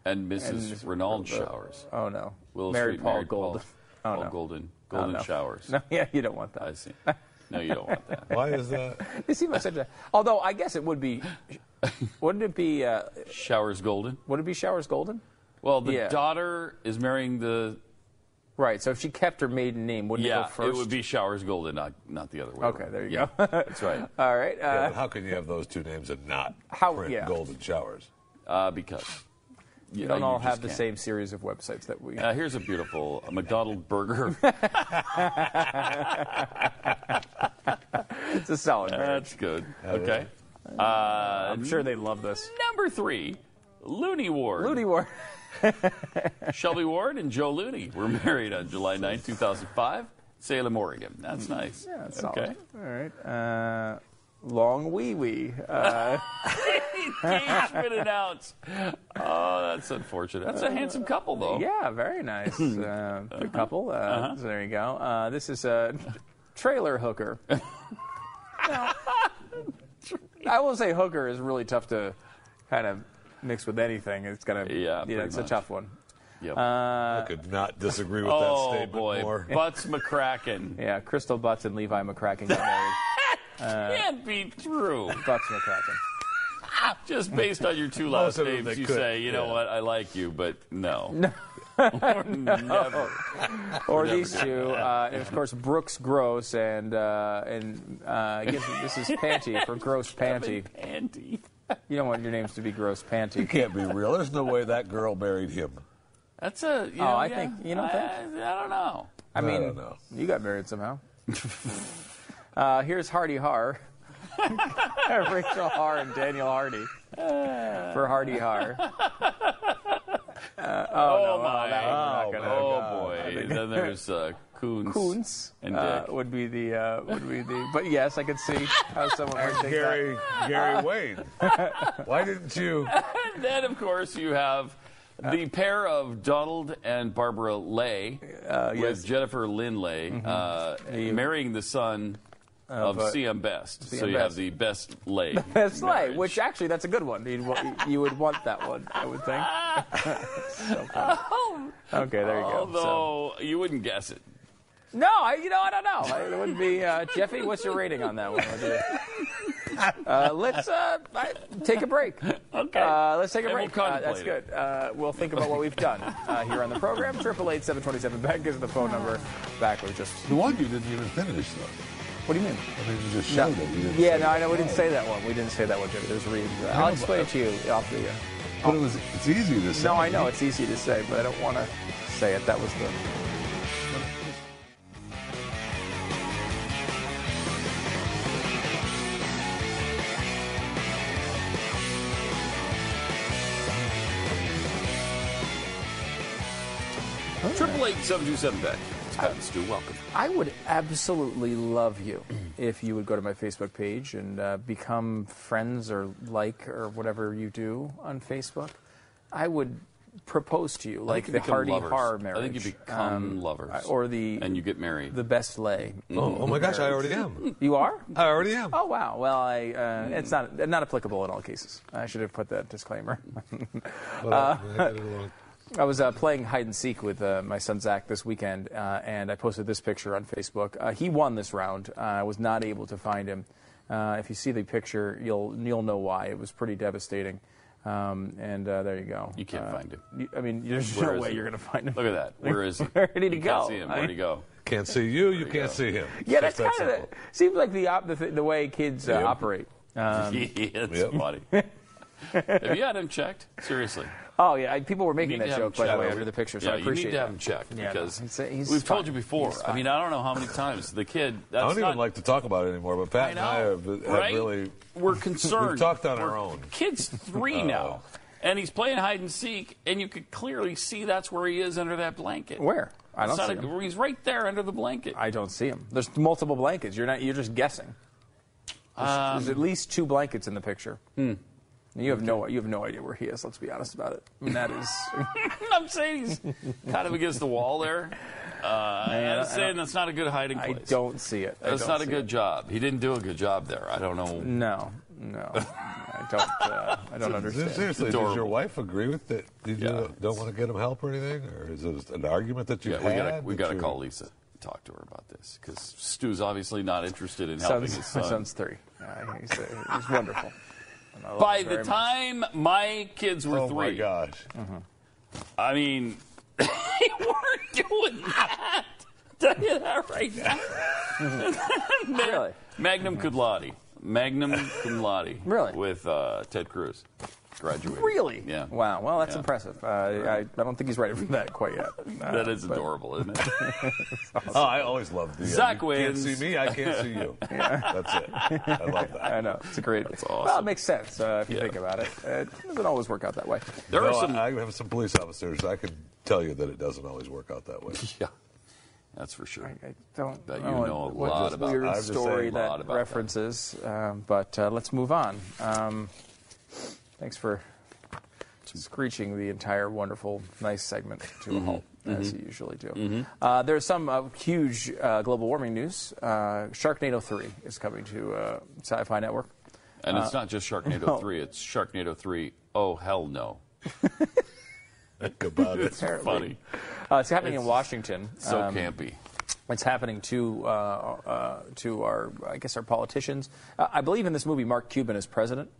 E: and Mrs. Renault Showers.
D: Oh no,
E: Will
D: married
E: Street,
D: Paul
E: married Paul-
D: Golden.
E: Paul
D: oh, no.
E: Golden.
D: Oh,
E: Golden
D: no.
E: Showers.
D: No, yeah, you don't want that.
E: I see. No, you don't want that.
F: Why is that?
D: They seem like such a. Although I guess it would be. Wouldn't it be? Uh,
E: Showers Golden.
D: Would it be Showers Golden?
E: Well, the
D: Yeah.
E: daughter is marrying the.
D: Right. So if she kept her maiden name, wouldn't it
E: yeah,
D: go first?
E: would be Showers Golden, not not the other way.
D: Okay,
E: around.
D: there you
E: Yeah,
D: go.
E: that's right.
D: All right.
F: yeah,
D: Uh,
F: but how can you have those two names and not
D: How-
F: print
D: yeah.
F: Golden Showers?
E: Uh, because
D: you
E: yeah,
D: don't
E: you
D: all
E: just
D: have the
E: can't.
D: same series of websites that we.
E: Uh, here's a beautiful McDonald burger.
D: it's a solid.
E: That's good.
D: That is.
E: okay. Uh, I'm
D: sure they love this.
E: Number three, Looney Ward.
D: Looney Ward.
E: Shelby Ward and Joe Looney were married on July 9, 2005, Salem, Oregon. That's nice.
D: Yeah, that's
E: okay.
D: solid. All right. Uh, long wee wee. Uh,
E: Engagement announced. Oh, that's unfortunate. That's a handsome couple, though.
D: Uh, Yeah, very nice. Uh, good couple. Uh,
E: Uh-huh.
D: So there you go. Uh, this is a trailer hooker. Now, I will say hooker is really tough to kind of mix with anything. It's gonna
E: Yeah,
D: you know,
E: pretty
D: it's a
E: much.
D: tough one.
E: Yep.
D: Uh,
F: I could not disagree with
E: oh,
F: that statement
E: boy.
F: more.
E: Butts McCracken.
D: Yeah, Crystal Butts and Levi McCracken got married. Uh,
E: Can't be true.
D: Butts McCracken.
E: Just based on your two
D: Most
E: last
D: of them
E: names,
D: they
E: you
D: could,
E: say, you know
D: yeah.
E: what, I like you, but no. No.
D: No. or
E: We're never
D: these
E: doing
D: two,
E: that.
D: uh, and of course Brooks Gross and uh, and uh, I guess this is Panty for Gross Panty.
E: Panty.
D: You don't want your names to be Gross Panty.
F: You can't be real. There's no way that girl married him.
E: That's a. You
D: Oh,
E: know,
D: I
E: yeah,
D: think you don't think.
E: I, I don't know.
D: I mean,
F: don't know.
D: you got married somehow. uh, here's Hardy Har, Rachel Har and Daniel Hardy for Hardy Har. Uh, oh, no,
E: my!
D: oh, that one we're not gonna-
E: oh,
D: God. I
E: boy!
D: think-
E: then there's uh, Coons.
D: Coons
E: and
D: uh,
E: Dick.
D: would be the uh, would be the. But yes, I could see how someone
F: And
D: would think
F: Gary,
D: that.
F: Gary Wayne. Why didn't you?
E: and then, of course, you have
D: Uh,
E: the pair of Donald and Barbara Lay
D: uh, yes.
E: with Jennifer Lynn Lay uh, marrying the son
D: Of,
E: of,
D: uh,
E: CM Best.
D: CM
E: so you
D: Best.
E: have the best Lay.
D: That's right. Which actually, that's a good one. You'd, wa- you would want that one, I would think. So
E: Oh.
D: funny. okay, there you go. So-
E: Although you wouldn't guess it.
D: No, I, you know, I don't
O: Oh,
D: know. It would be uh, Jeffy. What's your rating on that one? Uh, let's uh, I- take a break. Okay. Uh, let's take a
E: And
D: break.
E: we'll
D: Uh, that's
E: contemplate
D: good. Uh, we'll think about what we've done uh, here on the program. Triple eight seven twenty seven back is the phone number. Back we just.
F: The one you didn't even finish, though.
D: What do you mean?
F: I mean, you just
D: No.
F: showed it. You didn't
D: Yeah,
F: say
D: no, I know we
F: it.
D: didn't say that one. We didn't say that one, Jeffy. There's a reason. for that. I'll explain it to you off the air.
F: But it was, it's easy to say.
D: No, I know it's easy to say, but I don't want to say it. That was the. Oh,
E: Triple eight seven two seven back. It's Pat and Stu. Welcome.
D: I would absolutely love you if you would go to my Facebook page and uh, become friends or like or whatever you do on Facebook. I would propose to you
E: I
D: like
E: think you
D: the
E: become
D: Hardy
E: lovers.
D: Har marriage.
E: I think you become
D: um,
E: lovers.
D: Or the
E: and you get married.
D: the best lay.
F: Oh, oh my gosh, I already am.
D: You are?
F: I already am.
D: Oh wow. Well, I uh, it's not not applicable in all cases. I should have put that disclaimer.
F: But
D: Uh,
F: I, I did it along.
D: I was uh, playing hide and seek with uh, my son Zach this weekend, uh, and I posted this picture on Facebook. Uh, he won this round. Uh, I was not able to find him. Uh, if you see the picture, you'll you'll know why. It was pretty devastating. Um, and uh, there you go.
E: You can't
D: Uh,
E: find him.
D: you- I mean, there's
E: Where
D: no
E: is
D: way
E: he?
D: you're going to find him.
E: Look at that. Where is he?
D: Where did he
E: you
D: go?
E: Can't see him. Where'd he go?
F: Can't see you, you can't see him.
D: Yeah,
F: Just
D: that's
F: that
D: kind of
F: simple.
D: the, seems like the, op- the, th- the way kids uh,
F: Yep.
D: operate. Um,
E: yeah, that's
F: Yep.
E: funny. Have you had him checked? Seriously.
D: Oh yeah, I, people were
E: You
D: making
E: need
D: that
E: to have
D: joke by
E: him
D: the
E: checked.
D: way under the picture, so
E: yeah,
D: I appreciate
E: you need to have
D: that.
E: him checked
D: Yeah, no,
E: because
D: he's- he's
E: we've
D: fine.
E: told you before.
D: He's
E: I mean, I don't know how many times the kid. That's
F: I don't
E: not,
F: even like to talk about it anymore, but Pat
E: I
F: and I
E: know,
F: have, have
E: right?
F: really.
E: We're concerned.
F: We've talked on our
E: We're-
F: own.
E: Kid's three
F: Oh.
E: now, and he's playing hide and seek, and you could clearly see that's where he is under that blanket.
D: Where? I
E: It's
D: don't see
E: not a- He's right there under the blanket.
D: I don't see him. There's multiple blankets. You're not. You're just guessing. There's,
E: Um,
D: there's at least two blankets in the picture.
E: hmm.
D: You have no. You have no idea where he is. Let's be honest about it. I mean, that is.
E: I'm saying he's kind of against the wall there.
D: Man,
E: Uh,
D: I- I
E: I'm saying
D: don't-
E: that's not a good hiding
D: I
E: place.
D: don't see it. I
E: That's
D: don't
E: not a
D: see
E: good
D: it.
E: job. He didn't do a good job there. I don't know.
D: No, no, I don't. Uh, I don't understand.
F: Seriously, does your wife agree with it? Did you
E: Yeah,
F: don't want to get him help or anything, or is it an argument that you
E: Yeah,
F: have?
E: we gotta we
F: that
E: gotta
F: you're-
E: call Lisa, talk to her about this because Stu's obviously not interested in helping
D: son's,
E: his
D: my
E: son.
D: son's three. Uh, he's, uh, he's wonderful. And I love
E: By
D: him
E: the
D: very much. Mm-hmm.
E: time my kids were
D: Oh,
E: three,
D: my
F: gosh,
E: I mean, they weren't doing that. Tell you that right now. really? Magnum cum laude. Magnum cum laude. Really? With uh, Ted Cruz, graduated.
D: Really?
E: Yeah.
D: Wow. Well, that's
E: Yeah.
D: impressive. Uh, I, I don't think he's ready for that quite yet. Uh,
E: That is adorable, isn't it?
F: Oh, I always love the. uh,
E: Zach
F: you
E: wins.
F: Can't see me. I can't see you. That's it. I love that.
D: I know. It's a great. Well, it makes sense uh, if you think about it. It doesn't always work out that way.
F: No, I, I have some police officers. I could tell you that it doesn't always work out that way.
E: Yeah, that's for sure.
D: I, don't.
E: Bet you
D: Oh,
E: know a
D: what
E: lot
D: this
E: about.
D: weird
E: I'm just
D: story
E: saying a lot
D: that
E: about
D: references. Um, but uh, let's move on. Um, thanks for screeching the entire wonderful, nice segment to a halt,
E: Mm-hmm.
D: as you usually do. Uh, there's some uh, huge uh, global warming news. Uh, Sharknado 3 is coming to uh, Sci-Fi Network.
E: And it's
D: Uh,
E: not just Sharknado
D: no.
E: 3, it's Sharknado 3, oh hell no.
F: Think about
E: It's funny.
D: Uh, it's happening in
E: It's
D: Washington.
E: so
D: Um,
E: campy.
D: It's happening to uh, uh, to our, I guess, our politicians. Uh, I believe in this movie, Mark Cuban is president.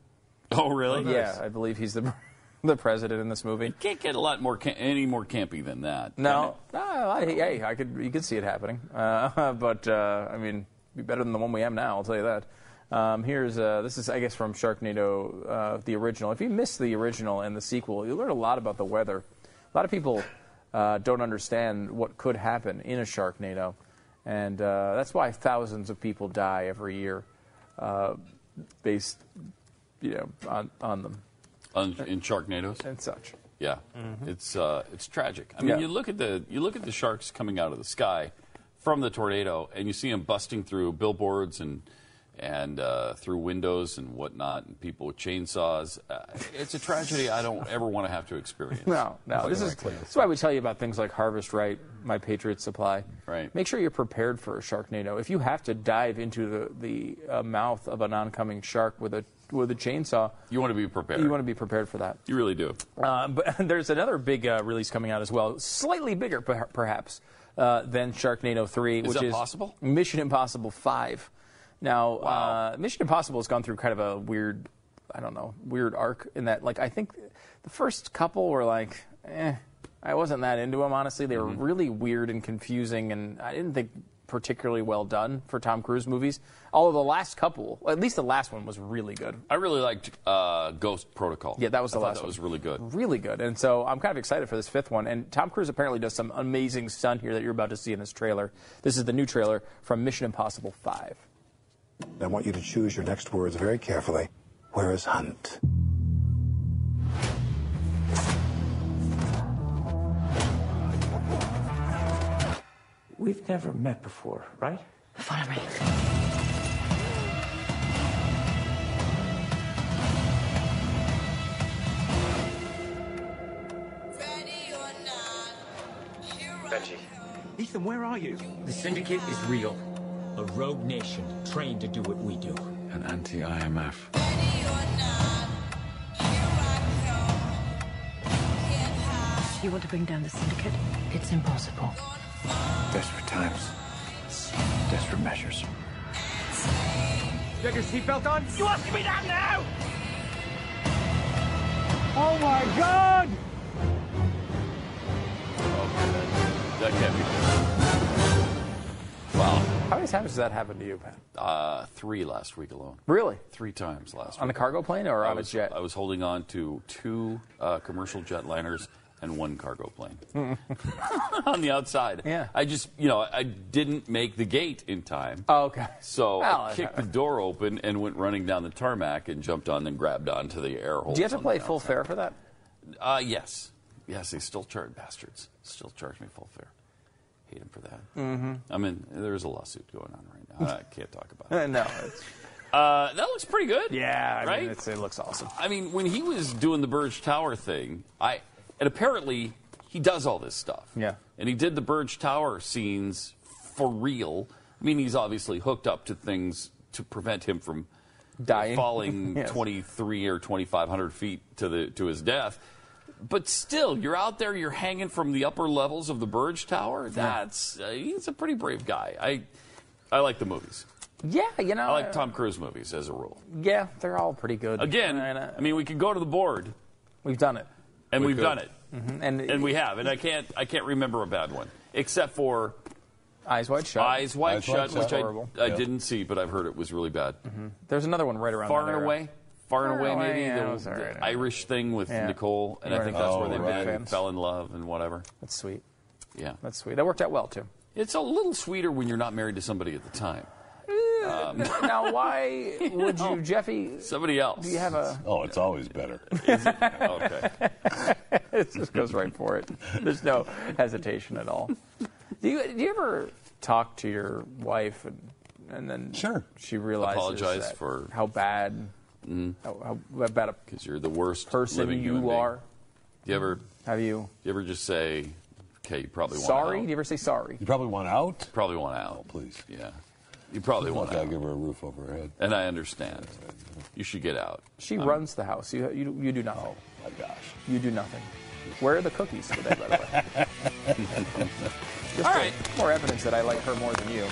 E: Oh, really? Oh, nice.
D: Yeah, I believe he's the the president in this movie.
E: Can't get a lot more ca- any more campy than that.
D: No, no, I, hey, I could you could see it happening, uh, but uh, I mean, be better than the one we have now. I'll tell you that. Um, here's uh, this is I guess from Sharknado, uh, the original. If you missed the original and the sequel, you learn a lot about the weather. A lot of people uh, don't understand what could happen in a Sharknado, and uh, that's why thousands of people die every year, uh, based you know on on them
E: On, in Sharknadoes
D: and such.
E: Yeah,
D: Mhm.
E: it's uh, it's tragic. I mean,
D: Yeah.
E: you look at the you look at the sharks coming out of the sky from the tornado, and you see them busting through billboards and and uh, through windows and whatnot, and people with chainsaws. Uh, it's a tragedy I don't ever want to have to experience.
D: No, no. This is, this is why we tell you about things like Harvest Right, My Patriot Supply. Right. Make sure you're prepared for a Sharknado. If you have to dive into the, the uh, mouth of an oncoming shark with a with a chainsaw,
E: you want to be prepared.
D: You want to be prepared for that.
E: you really do.
D: Uh, but there's another big uh, release coming out as well, slightly bigger per- perhaps uh, than Sharknado 3,
E: Is
D: which
E: that
D: is
E: possible?
D: Mission Impossible 5. Now, uh, Mission Impossible has gone through kind of a weird, I don't know, weird arc in that, like, I think the first couple were like, eh, I wasn't that into them, honestly. They were
E: Mm-hmm.
D: really weird and confusing, and I didn't think particularly well done for Tom Cruise movies. Although the last couple, at least the last one, was really good.
E: I really liked uh, Ghost Protocol.
D: Yeah, that was
E: I
D: the
E: thought
D: last
E: That
D: one.
E: was really good.
D: Really good. And so I'm kind of excited for this fifth one. And Tom Cruise apparently does some amazing stunt here that you're about to see in this trailer. This is the new trailer from Mission Impossible 5.
U: I want you to choose your next words very carefully. Where is Hunt?
V: We've never met before, right?
S: Follow me.
V: Reggie. Ethan, where are you?
W: The syndicate is real. A rogue nation trained to do what we do.
X: An anti IMF.
Y: You want to bring down the syndicate? It's impossible.
U: Desperate times, desperate measures.
V: You got your seatbelt on? You asked me that now!
S: Oh my God!
E: Oh, That can't be. Wow.
D: How many times has that happened to you, Pat?
E: Uh, three last week alone.
D: Really?
E: Three times last
D: On
E: week.
D: the cargo plane or
E: I
D: on a
E: was,
D: jet?
E: I was holding on to two uh, commercial jetliners and one cargo plane on the outside.
D: Yeah.
E: I just, you know, I didn't make the gate in time.
D: Oh, okay.
E: So
D: Well,
E: I kicked the door open and went running down the tarmac and jumped on and grabbed onto the air hole.
D: Do you have to play full fare for that?
E: Uh, yes. Yes, they still charge, bastards, still charge me full fare. Hate them for that.
D: Mhm.
E: I mean, there's a lawsuit going on right now. I can't talk about it.
D: no.
E: Uh, that looks pretty good.
D: Yeah, I
E: right?
D: mean, it's, it looks awesome.
E: I mean, when he was doing the Burge Tower thing, I and apparently he does all this stuff.
D: Yeah.
E: And he did the Burge Tower scenes for real. I mean, he's obviously hooked up to things to prevent him from
D: dying,
E: falling
D: Yes.
E: 23 or 2500 feet to the to his death. But still, you're out there, you're hanging from the upper levels of the Burge Tower. That's uh, he's a pretty brave guy. I I like the movies.
D: Yeah, you know. uh,
E: I like Tom Cruise movies as a rule.
D: Yeah, they're all pretty good.
E: Again,
D: And,
E: I mean, we could go to the board.
D: We've done it.
E: And
D: We
E: we've
D: could.
E: done it.
D: Mhm. And,
E: And we have. And I can't I can't remember a bad one. Except for
D: Eyes Wide Shut.
E: Eyes Wide Shut, which I,
D: Horrible.
E: I didn't see, but I've heard it was really bad.
D: There's another one right around
E: Far
D: that
E: and
D: era.
E: away. Far and
D: Far
E: away,
D: and Away,
E: maybe
D: yeah, it
E: the,
D: was all
E: the
D: right.
E: Nicole, Thing with
D: Yeah.
E: Nicole, and
D: You
E: I
D: were
E: think
D: in
E: that's
D: love
E: where they
D: with her.
E: met and
D: Fans.
E: fell in love and whatever.
D: That's sweet.
E: Yeah,
D: that's sweet. That worked out well too.
E: It's a little sweeter when you're not married to somebody at the time. Um,
D: now, why would
E: Oh.
D: you, Jeffy?
E: Somebody else.
D: Do you have a?
F: Oh, it's always better.
E: okay.
D: it just goes right for it. There's no hesitation at all. Do you, do you ever talk to your wife and, and then sure. she realizes
E: Apologize
D: that
E: for- Mm.
D: how bad how, how bad a
E: Because you're the worst
D: person
E: living human
D: you
E: being.
D: are?
E: Do you ever?
D: Have you?
E: Do you ever just say, "Okay, you probably want
D: Sorry? Do
E: Out.
D: you ever say sorry?
E: You probably want out. Probably want out. please. Yeah. You probably want out. Give her a roof over her head. And I understand. You should get out.
D: She
E: I'm-
D: runs the house. You, you you do nothing. Oh
F: Um, my gosh.
D: You do nothing. Where are the cookies today, by the way? Just All right. More evidence that I like her more than you.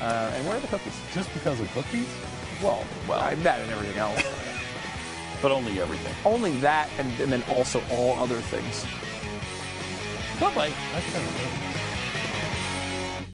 D: Uh, and where are the cookies?
F: Just because of cookies?
D: Well, well, I, that and everything else.
E: but only everything.
D: Only that, and, and then also all other things.
E: Bye bye.
F: That's kind of